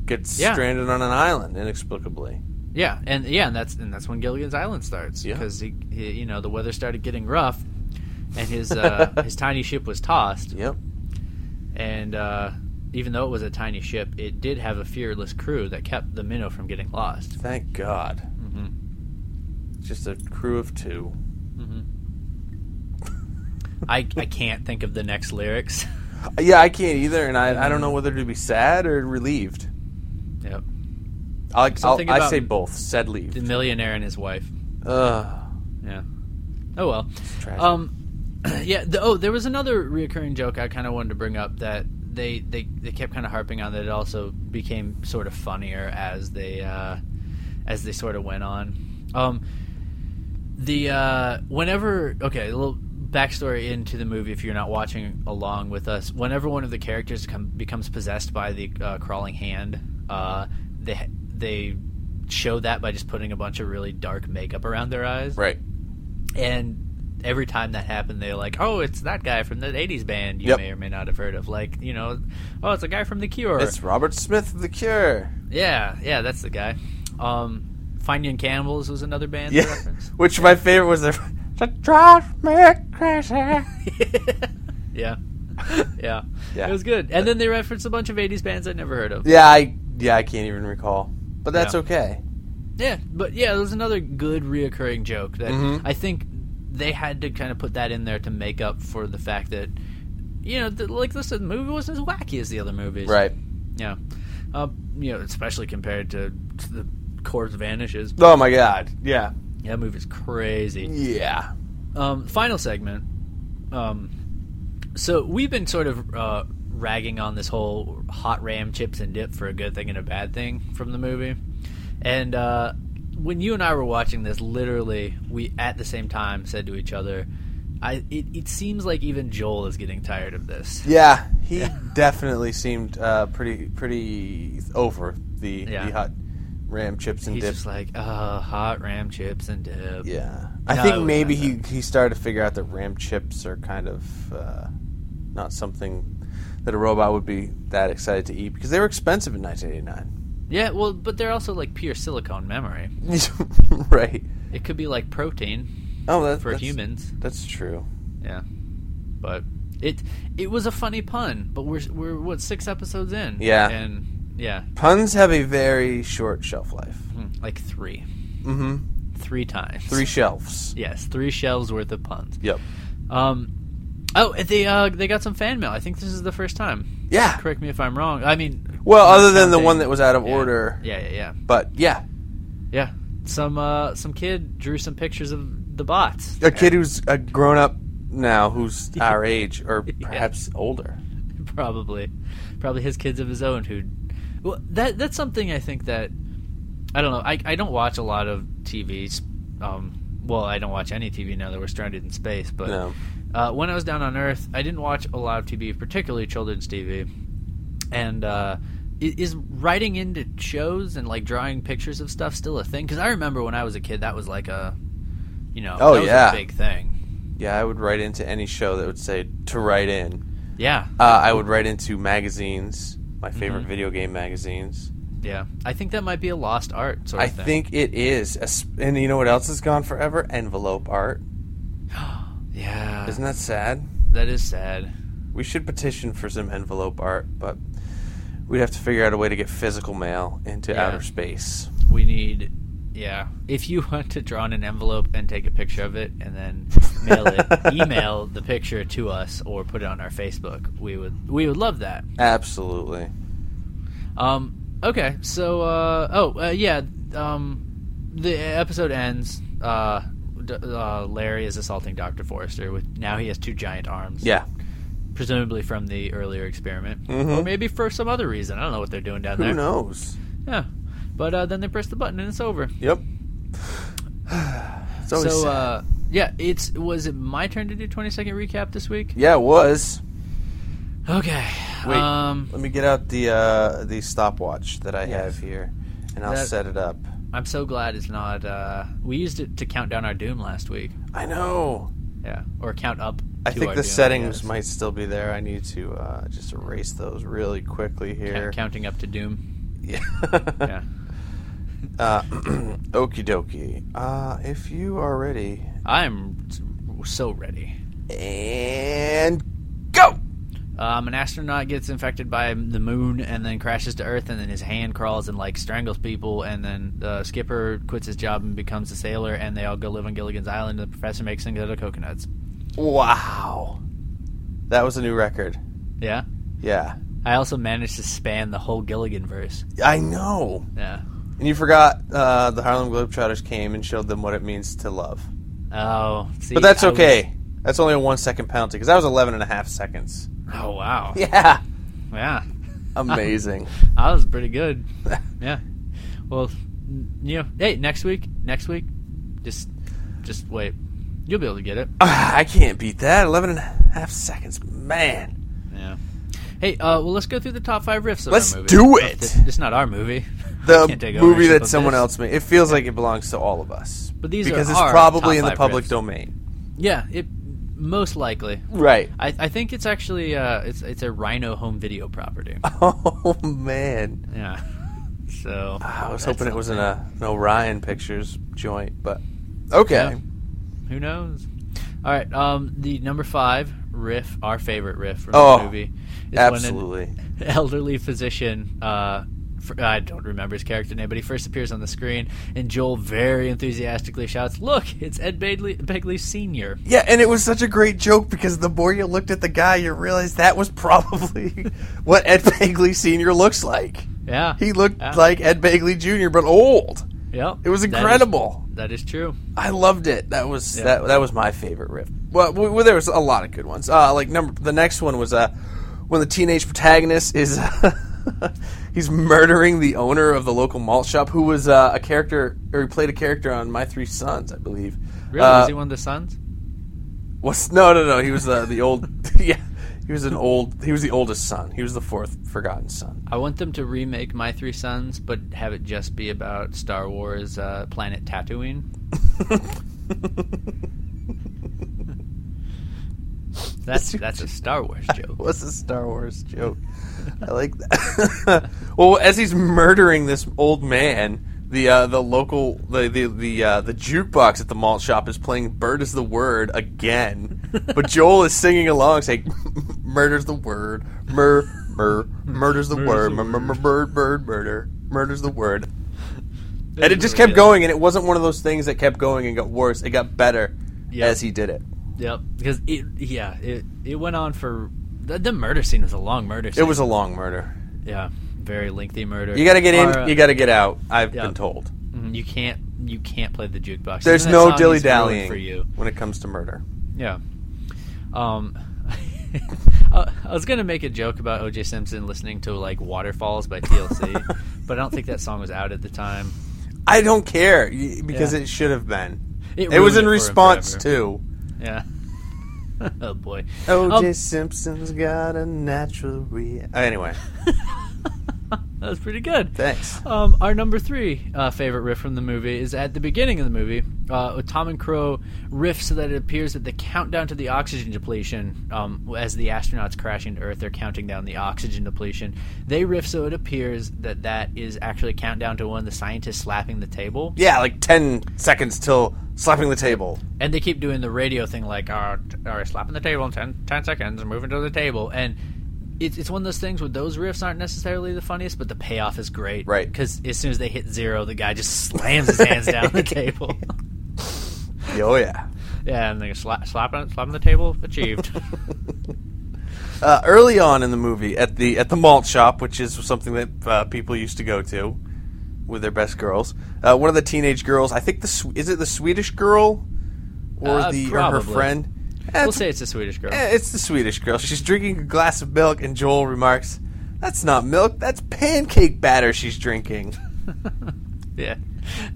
Speaker 7: Gets
Speaker 4: Yeah.
Speaker 7: stranded on an island inexplicably.
Speaker 4: Yeah, and yeah, and that's and that's when Gilligan's Island starts
Speaker 7: Yeah.
Speaker 4: because he, he, you know, the weather started getting rough, and his uh, his tiny ship was tossed,
Speaker 7: Yep.
Speaker 4: and uh, even though it was a tiny ship, it did have a fearless crew that kept the minnow from getting lost.
Speaker 7: Thank God. Mm-hmm. Just a crew of two. Mm-hmm.
Speaker 4: I I can't think of the next lyrics.
Speaker 7: Yeah, I can't either, and I, I don't know whether to be sad or relieved.
Speaker 4: yep,
Speaker 7: I, I'll,
Speaker 4: Something
Speaker 7: I
Speaker 4: about-
Speaker 7: say both. Sad
Speaker 4: the
Speaker 7: leave.
Speaker 4: millionaire and his wife.
Speaker 7: Ugh.
Speaker 4: Yeah. Oh well.
Speaker 7: tragic.
Speaker 4: Um, yeah. The, oh, there was another reoccurring joke I kind of wanted to bring up that they they, they kept kind of harping on that it also became sort of funnier as they uh, as they sort of went on. Um, the uh, whenever okay, a little backstory into the movie if you're not watching along with us. Whenever one of the characters come, becomes possessed by the uh, crawling hand, uh, they they show that by just putting a bunch of really dark makeup around their eyes
Speaker 7: Right.
Speaker 4: and every time that happened they're like oh it's that guy from that 80s band you
Speaker 7: Yep.
Speaker 4: may or may not have heard of like you know oh it's a guy from the cure
Speaker 7: It's Robert Smith of The Cure.
Speaker 4: yeah yeah that's the guy um finding cannibals was another band yeah.
Speaker 7: Yeah.
Speaker 4: reference
Speaker 7: Which my favorite was the. To drive me crazy.
Speaker 4: yeah yeah.
Speaker 7: Yeah.
Speaker 4: it was good and then they referenced a bunch of 80s bands i'd never heard of
Speaker 7: yeah, I yeah I can't even recall, but that's
Speaker 4: Yeah.
Speaker 7: okay.
Speaker 4: Yeah, but yeah, it was another good reoccurring joke that
Speaker 7: Mm-hmm.
Speaker 4: I think they had to kind of put that in there to make up for the fact that you know, the, like this the movie wasn't as wacky as the other movies,
Speaker 7: Right.
Speaker 4: Yeah, uh, you know, especially compared to, to the Corpse Vanishes.
Speaker 7: Oh my God. Yeah.
Speaker 4: Yeah, that movie's crazy
Speaker 7: Yeah.
Speaker 4: um, final segment. Um, so we've been sort of uh, ragging on this whole hot ram chips and dip for a good thing and a bad thing from the movie, and uh, when you and I were watching this, literally, we at the same time said to each other, "I." It, it seems like even Joel is getting tired of this.
Speaker 7: Yeah, he definitely seemed uh, pretty pretty over the,
Speaker 4: Yeah.
Speaker 7: the hot ram chips and
Speaker 4: He's
Speaker 7: dip.
Speaker 4: just like, uh, hot ram chips and dip.
Speaker 7: yeah, I
Speaker 4: No, it
Speaker 7: think
Speaker 4: was
Speaker 7: maybe
Speaker 4: not
Speaker 7: he he started to figure out that ram chips are kind of uh, not something that a robot would be that excited to eat because they were expensive in 1989.
Speaker 4: Yeah, well, but they're also like pure silicone memory.
Speaker 7: right.
Speaker 4: It could be like protein
Speaker 7: Oh, that,
Speaker 4: for
Speaker 7: that's
Speaker 4: humans.
Speaker 7: That's true.
Speaker 4: Yeah, but it it was a funny pun. But we're we're what six episodes in?
Speaker 7: Yeah.
Speaker 4: and yeah,
Speaker 7: Puns have a very short shelf life.
Speaker 4: mm, like three,
Speaker 7: Mm-hmm.
Speaker 4: three times.
Speaker 7: Three shelves.
Speaker 4: Yes, three shelves worth of puns.
Speaker 7: Yep.
Speaker 4: Um, oh, and they uh they got some fan mail. I think this is the first time.
Speaker 7: Yeah.
Speaker 4: Correct me if I'm wrong. I mean,
Speaker 7: Well, other than the
Speaker 4: counting-
Speaker 7: one that was out of
Speaker 4: yeah.
Speaker 7: order.
Speaker 4: Yeah, yeah, yeah,
Speaker 7: But yeah,
Speaker 4: yeah. Some uh some kid drew some pictures of the bots.
Speaker 7: a kid who's a grown up now who's our age or
Speaker 4: Yeah.
Speaker 7: perhaps older.
Speaker 4: probably probably his kids of his own who well that that's something i think that i don't know i, I don't watch a lot of tvs um well i don't watch any tv now that we're stranded in space but
Speaker 7: No.
Speaker 4: uh, when i was down on earth i didn't watch a lot of tv particularly children's tv and uh i- is writing into shows and like drawing pictures of stuff still a thing because i remember when i was a kid that was like a you know
Speaker 7: Oh,
Speaker 4: that was
Speaker 7: yeah.
Speaker 4: a big thing
Speaker 7: Yeah, I would write into any show that would say to write in.
Speaker 4: yeah
Speaker 7: Uh, I would write into magazines, my
Speaker 4: Mm-hmm.
Speaker 7: favorite video game magazines.
Speaker 4: yeah i think that might be a lost art sort
Speaker 7: I
Speaker 4: of thing
Speaker 7: think it is, as- and you know what else is gone forever? Envelope art.
Speaker 4: yeah
Speaker 7: Isn't that sad?
Speaker 4: That is sad.
Speaker 7: We should petition for some envelope art, but we'd have to figure out a way to get physical mail into
Speaker 4: Yeah.
Speaker 7: outer space.
Speaker 4: We need, yeah. If you want to draw on an envelope and take a picture of it and then mail it, email the picture to us or put it on our Facebook. We would we would love that.
Speaker 7: Absolutely.
Speaker 4: Um. Okay. So. Uh. Oh. Uh, yeah. Um. The episode ends. Uh. D- uh, Larry is assaulting Doctor Forrester with now he has two giant arms.
Speaker 7: Yeah. Mm-hmm.
Speaker 4: Presumably from the earlier experiment, or maybe for some other reason. I don't know what they're doing down
Speaker 7: Who
Speaker 4: there.
Speaker 7: knows?
Speaker 4: Yeah. But uh, then they press the button and it's over.
Speaker 7: Yep. it's always
Speaker 4: so
Speaker 7: sad.
Speaker 4: uh yeah it's was it my turn to do 20 second recap this week
Speaker 7: yeah, it was.
Speaker 4: okay
Speaker 7: Wait.
Speaker 4: um
Speaker 7: Let me get out the uh, the stopwatch that I have here, and I'll
Speaker 4: That-
Speaker 7: set it up.
Speaker 4: i'm so glad it's not uh we used it to count down our doom last week
Speaker 7: I know.
Speaker 4: yeah or count up
Speaker 7: I
Speaker 4: to
Speaker 7: think
Speaker 4: our
Speaker 7: the
Speaker 4: doom, I
Speaker 7: settings
Speaker 4: guess.
Speaker 7: might still be there. I need to uh, just erase those really quickly
Speaker 4: Ca-
Speaker 7: here.
Speaker 4: counting up to doom
Speaker 7: Yeah.
Speaker 4: yeah
Speaker 7: uh, Okie dokie. Uh, if you are ready,
Speaker 4: i'm s- so ready
Speaker 7: and go.
Speaker 4: um, an astronaut gets infected by the moon and then crashes to Earth, and then his hand crawls and like strangles people. And then uh, Skipper quits his job and becomes a sailor, and they all go live on Gilligan's Island. And the professor makes things out of coconuts.
Speaker 7: Wow. That was a new record.
Speaker 4: Yeah,
Speaker 7: Yeah.
Speaker 4: I also managed to span the whole Gilligan verse.
Speaker 7: I know.
Speaker 4: Yeah.
Speaker 7: And you forgot uh, the Harlem Globetrotters came and showed them what it means to love.
Speaker 4: Oh, see,
Speaker 7: But that's
Speaker 4: I was-
Speaker 7: okay. That's only a one second penalty because that was 11 and a half seconds.
Speaker 4: oh wow.
Speaker 7: Yeah.
Speaker 4: Yeah,
Speaker 7: Amazing.
Speaker 4: I was pretty good. Yeah. Well, n- you know, hey, next week, next week, just, just wait. You'll be able to get it.
Speaker 7: Ah, I can't beat that. 11 and a half seconds. Man.
Speaker 4: Yeah. Hey, uh, well, let's go through the top five riffs of
Speaker 7: Let's
Speaker 4: our movie.
Speaker 7: do
Speaker 4: Of
Speaker 7: it!
Speaker 4: this- It's not our movie.
Speaker 7: The
Speaker 4: Can't take
Speaker 7: movie
Speaker 4: ownership
Speaker 7: that
Speaker 4: of
Speaker 7: someone
Speaker 4: this.
Speaker 7: else made. It feels like it belongs to all of us.
Speaker 4: But these are
Speaker 7: because it's
Speaker 4: our
Speaker 7: probably
Speaker 4: top
Speaker 7: in the
Speaker 4: five
Speaker 7: public
Speaker 4: riffs.
Speaker 7: domain.
Speaker 4: Yeah, it most likely.
Speaker 7: Right.
Speaker 4: I, I think it's actually uh, it's it's a Rhino home video property.
Speaker 7: Oh, man.
Speaker 4: Yeah. So
Speaker 7: I was
Speaker 4: that's
Speaker 7: hoping it was in
Speaker 4: something.
Speaker 7: a an Orion Pictures joint, but okay.
Speaker 4: Who knows? All right. Um, the number five riff, our favorite riff from
Speaker 7: Oh,
Speaker 4: the movie, is
Speaker 7: Absolutely.
Speaker 4: when an elderly physician. Uh, fr- I don't remember his character name, but he first appears on the screen, and Joel very enthusiastically shouts, "Look, it's Ed Begley, Begley Senior."
Speaker 7: Yeah, and it was such a great joke because the more you looked at the guy, you realized that was probably what Ed Bagley Senior looks like.
Speaker 4: Yeah,
Speaker 7: He looked
Speaker 4: Yeah.
Speaker 7: like Ed Bagley Junior, but old.
Speaker 4: Yep,
Speaker 7: It
Speaker 4: Ah. That is-
Speaker 7: was incredible.
Speaker 4: That is, true.
Speaker 7: I loved it. That was
Speaker 4: Yeah.
Speaker 7: that that was my favorite riff. Well, w well, there was a lot of good ones. Uh, like number the next one was uh, when the teenage protagonist is he's murdering the owner of the local malt shop, who was uh, a character, or he played a character on My Three Sons, I believe.
Speaker 4: Really?
Speaker 7: Uh,
Speaker 4: Is he one of the sons?
Speaker 7: was- no, no, no. He was uh, the the old. yeah, he was an old. He was the oldest son. He was the fourth forgotten son.
Speaker 4: I want them to remake My Three Sons, but have it just be about Star Wars uh, planet Tatooine. that's that's a Star Wars joke.
Speaker 7: What's a Star Wars joke? I like that. well, as he's murdering this old man, the uh, the local the the the, uh, the jukebox at the malt shop is playing "Bird is the Word" again, but Joel is singing along, saying "Murder's the word, mur mur murders the word, mur, mur, mur, bird bird murder, murders the word." And it just kept going, and it wasn't one of those things that kept going and got worse. It got better
Speaker 4: Yeah.
Speaker 7: as he did it.
Speaker 4: Yep, because it yeah it it went on for the, the murder scene was a long murder scene.
Speaker 7: It was a long murder.
Speaker 4: yeah, very lengthy murder.
Speaker 7: You got to get in,
Speaker 4: Our, uh,
Speaker 7: you got to get out. I've
Speaker 4: yeah.
Speaker 7: been told.
Speaker 4: mm, you can't you can't play the jukebox.
Speaker 7: There's
Speaker 4: Even that song
Speaker 7: no
Speaker 4: is
Speaker 7: dilly
Speaker 4: ruined
Speaker 7: dallying
Speaker 4: for you.
Speaker 7: when it comes to murder.
Speaker 4: Yeah. Um, I I was gonna make a joke about O.J. Simpson listening to like "Waterfalls" by TLC, but I don't think that song was out at the time.
Speaker 7: I don't care y- because
Speaker 4: Yeah.
Speaker 7: it should have been. It,
Speaker 4: ruined
Speaker 7: was in
Speaker 4: for him
Speaker 7: response
Speaker 4: forever.
Speaker 7: to
Speaker 4: Yeah. oh boy.
Speaker 7: OJ
Speaker 4: Um,
Speaker 7: Simpson's got a natural re- Anyway,
Speaker 4: That was pretty good.
Speaker 7: thanks.
Speaker 4: Um, our number three uh, favorite riff from the movie is at the beginning of the movie. Uh, with Tom and Crow riff so that it appears that the countdown to the oxygen depletion, um, as the astronauts crashing to Earth, they're counting down the oxygen depletion. They riff so it appears that that is actually a countdown to one of the scientists slapping the table.
Speaker 7: Yeah, like ten seconds till slapping the table.
Speaker 4: And they keep doing the radio thing like, "Ah, t- all right, slapping the table in 10, 10 seconds, moving to the table. And it's, it's one of those things where those riffs aren't necessarily the funniest, but the payoff is great.
Speaker 7: Right.
Speaker 4: Because as soon as they hit zero, the guy just slams his hands down the table.
Speaker 7: Oh yeah.
Speaker 4: yeah, and they go, slap, slapping, slapping the table, achieved.
Speaker 7: Uh, early on in the movie, at the at the malt shop, which is something that uh, people used to go to with their best girls, uh, one of the teenage girls, I think the Sw- is it the Swedish girl or
Speaker 4: Uh,
Speaker 7: the or her
Speaker 4: probably.
Speaker 7: friend? Eh,
Speaker 4: we'll
Speaker 7: it's
Speaker 4: say it's a Swedish girl.
Speaker 7: Eh, It's the Swedish girl. She's drinking a glass of milk, and Joel remarks, "That's not milk. That's pancake batter she's drinking."
Speaker 4: Yeah.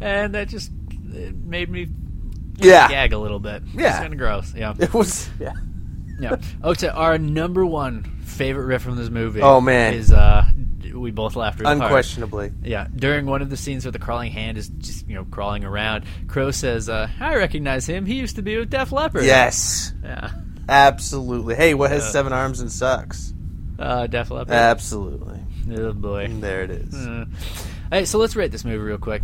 Speaker 4: And that just it made me
Speaker 7: Yeah,
Speaker 4: gag a little bit.
Speaker 7: Yeah.
Speaker 4: It's kind of gross. Yeah.
Speaker 7: it was. Yeah,
Speaker 4: Yeah. Okay, our number one favorite riff from this movie.
Speaker 7: Oh, man.
Speaker 4: is uh, we both laughed really hard.
Speaker 7: unquestionably.
Speaker 4: Yeah, during one of the scenes where the crawling hand is just you know crawling around, Crow says, uh, "I recognize him. He used to be with Def Leppard."
Speaker 7: Yes,
Speaker 4: Yeah.
Speaker 7: absolutely. Hey, what has
Speaker 4: Yeah.
Speaker 7: seven arms and sucks?
Speaker 4: Uh, Def Leppard.
Speaker 7: Absolutely.
Speaker 4: oh boy.
Speaker 7: There it is.
Speaker 4: Uh, hey, so let's rate this movie real quick.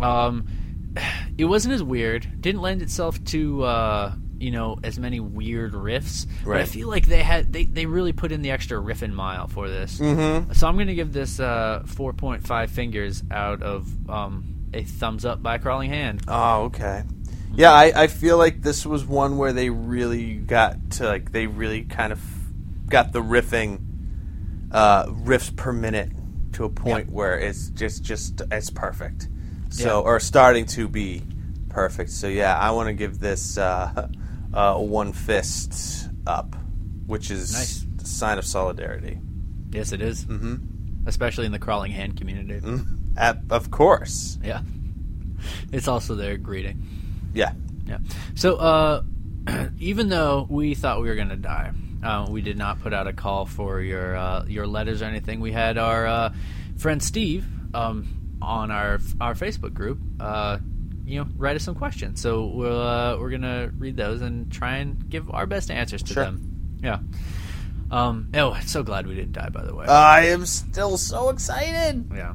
Speaker 4: Um, it wasn't as weird. Didn't lend itself to uh, you know as many weird riffs. But I
Speaker 7: Right.
Speaker 4: feel like they had they, they really put in the extra riffing mile for this.
Speaker 7: Mhm.
Speaker 4: So I'm gonna give this uh, 4.5 fingers out of um, a thumbs up by Crawling Hand.
Speaker 7: Oh, okay. Yeah, I, I feel like this was one where they really got to like they really kind of got the riffing uh, riffs per minute to a point where it's just just it's perfect. So
Speaker 4: Yeah.
Speaker 7: or starting to be perfect. So yeah, I want to give this uh, uh, one fist up, which is
Speaker 4: Nice.
Speaker 7: a sign of solidarity.
Speaker 4: Yes, it is. Mm-hmm. Especially in the Crawling Hand community.
Speaker 7: Uh, of course.
Speaker 4: Yeah. It's also their greeting.
Speaker 7: Yeah.
Speaker 4: Yeah. So, uh, even though we thought we were going to die, uh, we did not put out a call for your uh, your letters or anything. We had our uh, friend Steve um, on our our Facebook group. Uh, you know, write us some questions. So we'll, uh, we're gonna read those and try and give our best answers to
Speaker 7: Sure.
Speaker 4: them. Yeah. Um, oh, so glad we didn't die. By the way.
Speaker 7: I am still so excited
Speaker 4: yeah.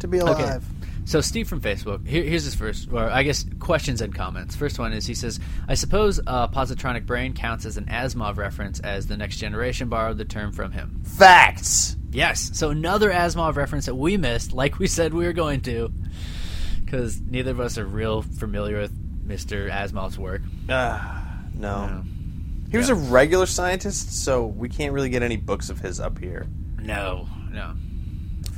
Speaker 7: to be alive.
Speaker 4: Okay. So Steve from Facebook, here, here's his first, or I guess questions and comments. First one is he says, I suppose uh, positronic brain counts as an Asimov reference, as the Next Generation borrowed the term from him.
Speaker 7: Facts.
Speaker 4: Yes, so another Asimov reference that we missed, like we said we were going to, because neither of us are real familiar with Mr. Asimov's work.
Speaker 7: Ah,
Speaker 4: Um,
Speaker 7: No. He was a regular scientist, so we can't really get any books of his up here.
Speaker 4: No, no,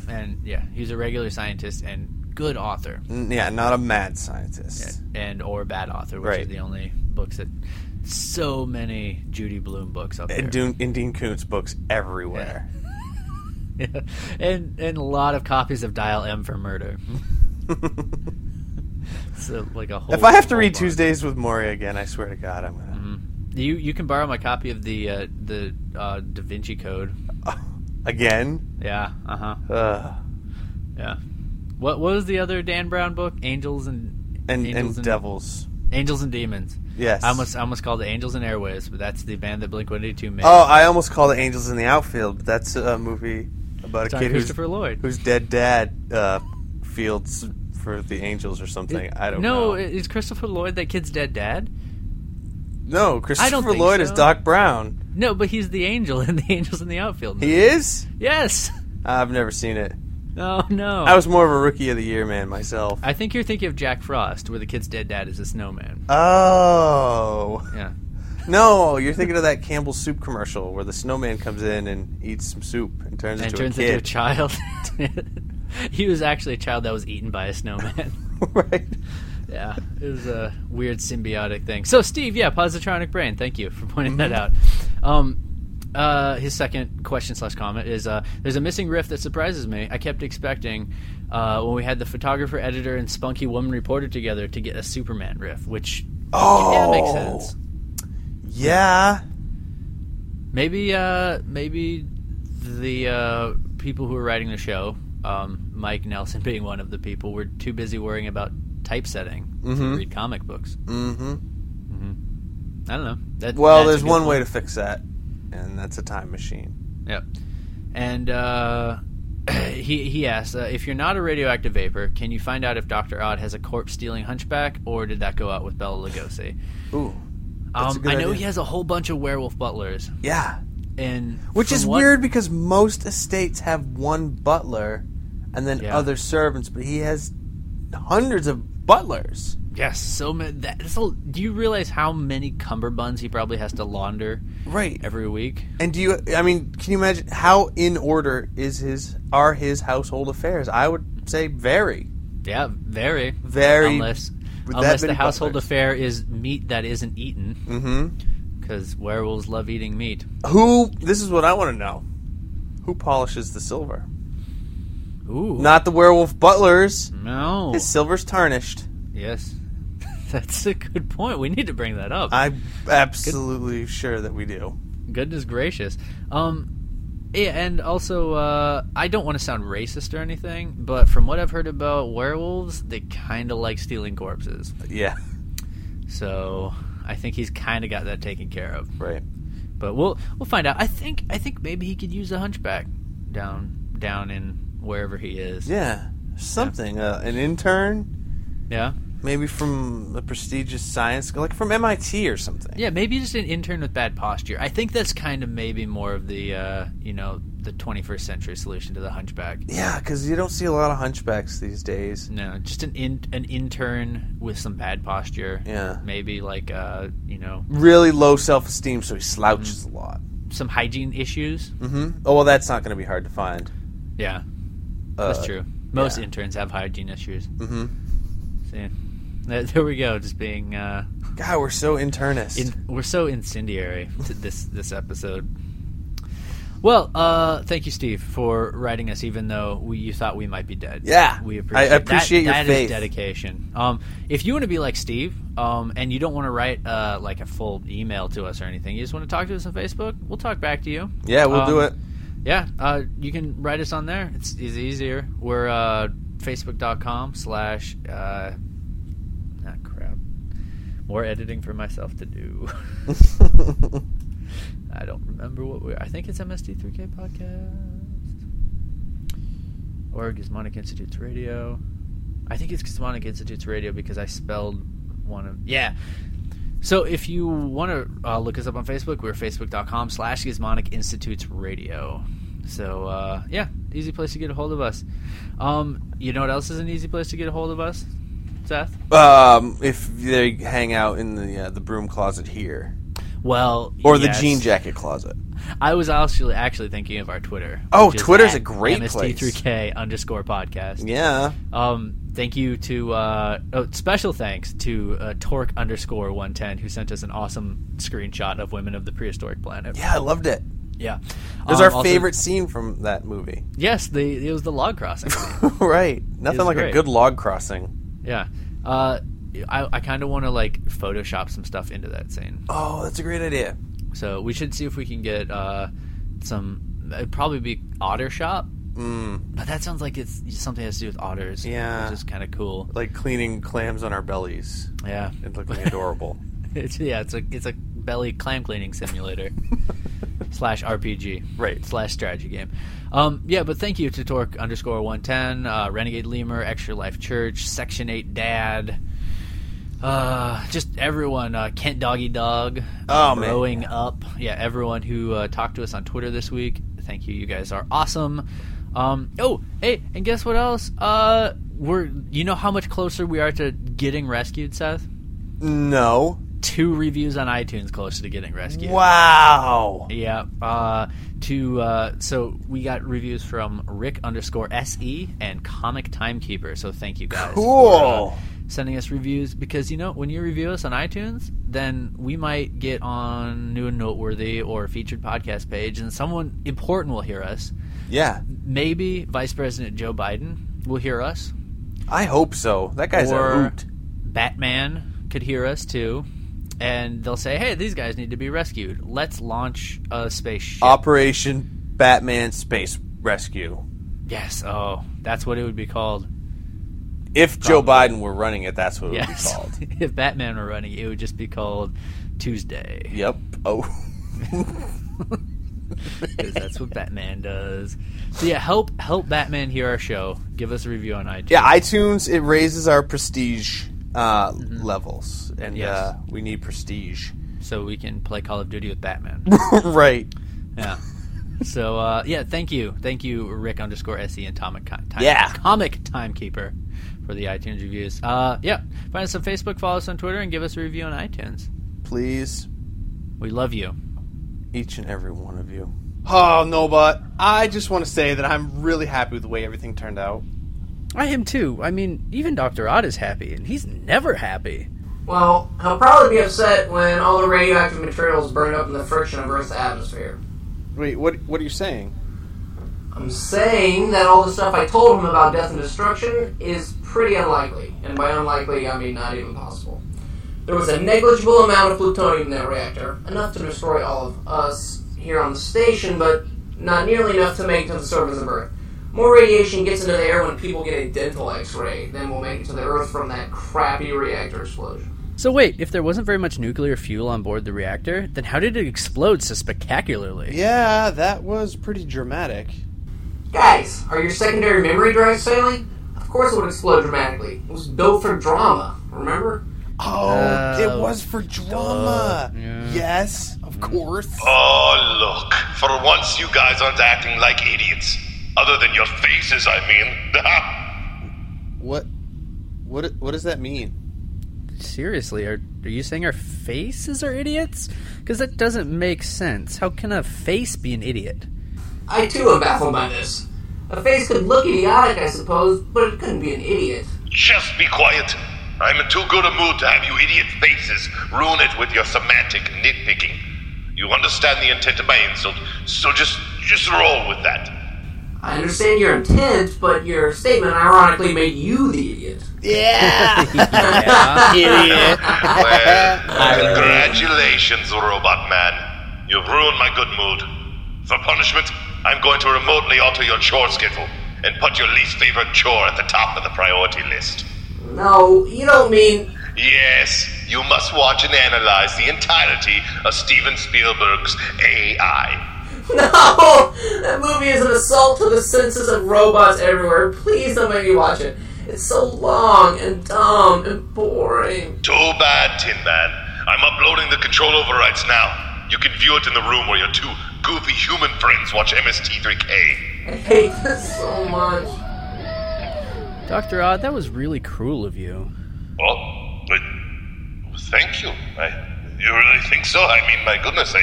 Speaker 4: and yeah, he's a regular scientist and good author.
Speaker 7: N- yeah, not a mad scientist.
Speaker 4: and or bad author, which
Speaker 7: Right.
Speaker 4: are the only books that so many Judy Bloom books up there.
Speaker 7: And Dune, and Dean Koontz books everywhere.
Speaker 4: Yeah. And and a lot of copies of Dial M for Murder. so like a whole.
Speaker 7: If I have to
Speaker 4: whole
Speaker 7: read
Speaker 4: bunch.
Speaker 7: Tuesdays with Maury again, I swear to God, I'm gonna.
Speaker 4: Mm-hmm. you you can borrow my copy of the uh, the uh, Da Vinci Code.
Speaker 7: Again?
Speaker 4: Yeah. Uh huh.
Speaker 7: Uh,
Speaker 4: Yeah. What what was the other Dan Brown book? Angels and
Speaker 7: and
Speaker 4: Angels
Speaker 7: and devils.
Speaker 4: Angels and Demons.
Speaker 7: Yes.
Speaker 4: I almost I almost called it Angels and Airways, but that's the band that Blink One Eighty Two made.
Speaker 7: Oh, I almost called it Angels in the Outfield. but That's a movie about a
Speaker 4: Starring
Speaker 7: kid who's,
Speaker 4: Christopher Lloyd.
Speaker 7: whose dead dad uh, fields for the Angels or something. I don't
Speaker 4: no,
Speaker 7: know.
Speaker 4: is Christopher Lloyd that kid's dead dad?
Speaker 7: no, Christopher
Speaker 4: think
Speaker 7: Lloyd is
Speaker 4: so.
Speaker 7: Doc Brown.
Speaker 4: No, but he's the angel in the Angels in the Outfield.
Speaker 7: He is?
Speaker 4: Yes.
Speaker 7: I've never seen it.
Speaker 4: Oh no.
Speaker 7: I was more of a rookie of the year man myself.
Speaker 4: I think you're thinking of Jack Frost, where the kid's dead dad is a snowman.
Speaker 7: Oh.
Speaker 4: Yeah.
Speaker 7: No, you're thinking of that Campbell's soup commercial where the snowman comes in and eats some soup and turns
Speaker 4: And
Speaker 7: into
Speaker 4: turns
Speaker 7: a kid.
Speaker 4: into a child. he was actually a child that was eaten by a snowman.
Speaker 7: right.
Speaker 4: yeah. It was a weird symbiotic thing. So Steve, yeah, positronic brain. Thank you for pointing that out. Um uh, his second question slash comment is uh, there's a missing riff that surprises me. I kept expecting uh, when we had the photographer, editor, and spunky woman reporter together to get a Superman riff, which
Speaker 7: Oh.
Speaker 4: yeah makes sense.
Speaker 7: Yeah.
Speaker 4: Maybe uh maybe the uh people who were writing the show, um Mike Nelson being one of the people, were too busy worrying about typesetting to read comic books.
Speaker 7: Mm-hmm.
Speaker 4: I don't know. That,
Speaker 7: Well,
Speaker 4: that's a
Speaker 7: there's
Speaker 4: good
Speaker 7: one
Speaker 4: point.
Speaker 7: way to fix that, and that's a time machine.
Speaker 4: Yep. And uh, he he asks uh, if you're not a radioactive vapor, can you find out if Doctor Odd has a corpse stealing hunchback, or did that go out with Bella Lugosi?
Speaker 7: Ooh. That's a
Speaker 4: Um,
Speaker 7: good
Speaker 4: I know
Speaker 7: idea.
Speaker 4: he has a whole bunch of werewolf butlers,
Speaker 7: Yeah.
Speaker 4: and
Speaker 7: Which
Speaker 4: from
Speaker 7: is
Speaker 4: what-
Speaker 7: weird because most estates have one butler and then
Speaker 4: Yeah.
Speaker 7: other servants, but he has hundreds of butlers.
Speaker 4: Yes, so many. That, that's a, do you realize how many cummerbunds he probably has to launder
Speaker 7: Right.
Speaker 4: every week?
Speaker 7: And do you I mean, can you imagine how in order is his are his household affairs? I would say very.
Speaker 4: Yeah, very,
Speaker 7: Very-
Speaker 4: Unless,
Speaker 7: with that
Speaker 4: unless the
Speaker 7: many
Speaker 4: household
Speaker 7: butlers.
Speaker 4: affair is meat that isn't eaten,
Speaker 7: Mm-hmm.
Speaker 4: because werewolves love eating meat.
Speaker 7: Who this is what I want to know. Who polishes the silver?
Speaker 4: Ooh,
Speaker 7: Not the werewolf butlers.
Speaker 4: no.
Speaker 7: His silver's tarnished.
Speaker 4: Yes, that's a good point. We need to bring that up.
Speaker 7: I'm absolutely sure that we do.
Speaker 4: Goodness gracious. Um, yeah, and also, uh, I don't want to sound racist or anything, but from what I've heard about werewolves, they kind of like stealing corpses.
Speaker 7: Yeah.
Speaker 4: So I think he's kind of got that taken care of.
Speaker 7: Right.
Speaker 4: But we'll we'll find out. I think I think maybe he could use a hunchback down down in wherever he is.
Speaker 7: Yeah. Something. Uh, an intern,
Speaker 4: Yeah.
Speaker 7: maybe from a prestigious science, like from MIT or something.
Speaker 4: Yeah, maybe just an intern with bad posture. I think that's kind of maybe more of the uh, you know the 21st century solution to the hunchback.
Speaker 7: Yeah, because you don't see a lot of hunchbacks these days.
Speaker 4: No, just an in, an intern with some bad posture.
Speaker 7: Yeah.
Speaker 4: maybe like uh you know
Speaker 7: Really low self esteem, so he slouches
Speaker 4: Mm.
Speaker 7: a lot.
Speaker 4: some hygiene issues.
Speaker 7: Mm-hmm. Oh well, that's not going to be hard to find.
Speaker 4: Yeah, that's
Speaker 7: Uh,
Speaker 4: true. Most
Speaker 7: yeah.
Speaker 4: interns have hygiene issues.
Speaker 7: Mm-hmm.
Speaker 4: See, there, there we go. Just being uh,
Speaker 7: God, we're so internist.
Speaker 4: in, we're so incendiary to this this episode. Well, uh, thank you, Steve, for writing us, even though we, you thought we might be dead.
Speaker 7: Yeah.
Speaker 4: we
Speaker 7: I
Speaker 4: appreciate.
Speaker 7: appreciate your
Speaker 4: that, That is
Speaker 7: faith.
Speaker 4: dedication. Um, if you want to be like Steve, um, and you don't want to write uh, like a full email to us or anything, you just want to talk to us on Facebook. We'll talk back to you.
Speaker 7: yeah, we'll
Speaker 4: um,
Speaker 7: do it.
Speaker 4: Yeah, uh, you can write us on there. It's, it's easier. We're uh, facebook.com slash. Uh, not Ah, crap. More editing for myself to do. I don't remember what we. I think it's MSD3K podcast or Gizmonic Institute's radio. I think it's Gizmonic Institute's radio because I spelled one of yeah. So if you want to uh, look us up on Facebook, we're facebook.com slash Gizmonic Institute's radio. So uh, yeah, easy place to get a hold of us. Um, you know what else is an easy place to get a hold of us, Seth?
Speaker 7: Um, if they hang out in the uh, the broom closet here,
Speaker 4: Well,
Speaker 7: or
Speaker 4: yes.
Speaker 7: the jean jacket closet.
Speaker 4: I was actually actually thinking of our Twitter.
Speaker 7: Oh,
Speaker 4: which is
Speaker 7: Twitter's
Speaker 4: at
Speaker 7: a great
Speaker 4: MSD3K underscore podcast.
Speaker 7: Yeah.
Speaker 4: Um, thank you to uh, oh, special thanks to uh, Torque underscore one ten who sent us an awesome screenshot of women of the prehistoric planet.
Speaker 7: Yeah, I loved it.
Speaker 4: Yeah.
Speaker 7: It was
Speaker 4: Um,
Speaker 7: our
Speaker 4: also-
Speaker 7: favorite scene from that movie.
Speaker 4: Yes, the it was the log crossing.
Speaker 7: right. Nothing
Speaker 4: was
Speaker 7: like a
Speaker 4: great.
Speaker 7: good log crossing.
Speaker 4: yeah. Uh, I I kind of want to like Photoshop some stuff into that scene.
Speaker 7: Oh, that's a great idea.
Speaker 4: So we should see if we can get uh, some. It'd probably be otter shop. But that sounds like it's something that has to do with otters.
Speaker 7: Yeah.
Speaker 4: which is kind of cool.
Speaker 7: Like cleaning clams on our bellies
Speaker 4: Yeah,
Speaker 7: and looking adorable.
Speaker 4: it's, yeah, it's a it's a belly clam cleaning simulator slash RPG
Speaker 7: Right.
Speaker 4: slash strategy game. Um, yeah, but thank you to Torque underscore one ten, uh, Renegade Lemur, Extra Life Church, Section Eight Dad. Uh, just everyone, uh, Kent Doggy Dog, uh,
Speaker 7: Oh, man.
Speaker 4: growing up. Yeah, everyone who uh, talked to us on Twitter this week. Thank you, you guys are awesome. Um, oh, hey, and guess what else? Uh, we're you know how much closer we are to getting rescued, Seth.
Speaker 7: no.
Speaker 4: Two reviews on iTunes closer to getting rescued.
Speaker 7: Wow.
Speaker 4: Yeah. Uh, to uh, so we got reviews from Rick underscore se and Comic Timekeeper. So thank you guys. uh,
Speaker 7: Cool.
Speaker 4: sending us reviews because you know when you review us on iTunes, then we might get on new and noteworthy or featured podcast page, and someone important will hear us.
Speaker 7: Yeah.
Speaker 4: Maybe Vice President Joe Biden will hear us,
Speaker 7: I hope so. That guy's a
Speaker 4: or
Speaker 7: hoot.
Speaker 4: Batman could hear us too. And they'll say, "Hey, these guys need to be rescued. Let's launch a spaceship."
Speaker 7: Operation Batman Space Rescue.
Speaker 4: Yes. Oh, that's what it would be called.
Speaker 7: If Joe Biden were running it, that's what it
Speaker 4: Yes.
Speaker 7: would be called.
Speaker 4: if Batman were running, it would just be called Tuesday.
Speaker 7: Yep. Oh.
Speaker 4: 'cause that's what Batman does. So yeah, help help Batman hear our show. Give us a review on iTunes.
Speaker 7: Yeah, iTunes it raises our prestige uh,
Speaker 3: Mm-hmm.
Speaker 7: levels, and
Speaker 4: Yes.
Speaker 7: uh, we need prestige.
Speaker 4: So we can play Call of Duty with Batman.
Speaker 7: right.
Speaker 4: yeah. So uh, yeah, thank you, thank you, Rick underscore se and Comic time,
Speaker 7: Yeah.
Speaker 4: Comic Timekeeper for the iTunes reviews. Uh, yeah, find us on Facebook, follow us on Twitter, and give us a review on iTunes.
Speaker 7: Please,
Speaker 4: We love you.
Speaker 7: each and every one of you.
Speaker 3: Oh no, but I just want to say that I'm really happy with the way everything turned out.
Speaker 8: I am too. I mean, even Dr. Odd is happy, and he's never happy.
Speaker 6: Well, he'll probably be upset when all the radioactive materials burn up in the friction of Earth's atmosphere.
Speaker 3: Wait, what? What are you saying?
Speaker 6: I'm saying that all the stuff I told him about death and destruction is pretty unlikely, and by unlikely, I mean not even possible. There was a negligible amount of plutonium in that reactor, enough to destroy all of us here on the station, but not nearly enough to make it to the surface of Earth. More radiation gets into the air when people get a dental x ray than will make it to the Earth from that crappy reactor explosion.
Speaker 8: So wait, if there wasn't very much nuclear fuel on board the reactor, then how did it explode so spectacularly?
Speaker 3: Yeah, that was pretty dramatic.
Speaker 6: Guys, are your secondary memory drives failing? Of course it would explode dramatically. It was built for drama, remember?
Speaker 3: Oh, it was for drama. Yes, of course.
Speaker 5: Oh, look. For once, you guys aren't acting like idiots. Other than your faces, I mean.
Speaker 3: What? What? What does that mean?
Speaker 8: Seriously, are, are you saying our faces are idiots? Because that doesn't make sense. How can a face be an idiot?
Speaker 6: I too am baffled by this. A face could look idiotic, I suppose, but it couldn't be an idiot.
Speaker 5: Just be quiet. I'm in too good a mood to have you idiot faces ruin it with your semantic nitpicking. You understand the intent of my insult, so just just roll with that.
Speaker 6: I understand your intent, but your statement ironically made you the idiot.
Speaker 5: Well, congratulations, robot man. You've ruined my good mood. For punishment, I'm going to remotely alter your chore schedule and put your least favorite chore at the top of the priority list.
Speaker 6: No, you don't mean.
Speaker 5: Yes, you must watch and analyze the entirety of Steven Spielberg's AI.
Speaker 6: No! That movie is an assault to the senses of robots everywhere. Please don't make me watch it. It's so long and dumb and boring.
Speaker 5: Too bad, Tin Man. I'm uploading the control overrides now. You can view it in the room where your two goofy human friends watch MST3K.
Speaker 6: I hate this so much.
Speaker 8: Dr. Odd, that was really cruel of you.
Speaker 5: Well, but thank you. I, you really think so? I mean, my goodness, I,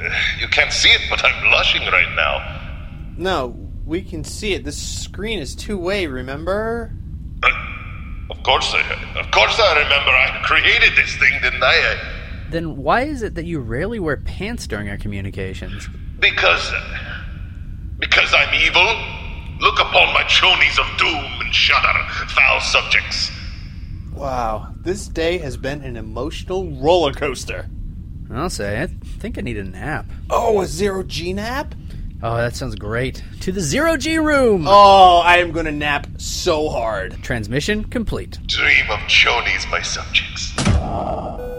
Speaker 5: uh, you can't see it, but I'm blushing right now.
Speaker 3: No, we can see it. This screen is two way. Remember?
Speaker 5: Uh, Of course, I, of course, I remember. I created this thing, didn't I? I
Speaker 8: Then why is it that you rarely wear pants during our communications?
Speaker 5: Because. uh, Because I'm evil? Look upon my chonies of doom and shudder, foul subjects.
Speaker 7: Wow, this day has been an emotional roller coaster.
Speaker 4: I'll say, I think I need a nap.
Speaker 7: Oh, a zero G nap?
Speaker 4: Oh, that sounds great. To the zero G room.
Speaker 7: Oh, I am gonna nap so hard.
Speaker 4: Transmission complete.
Speaker 5: Dream of chonies, my subjects.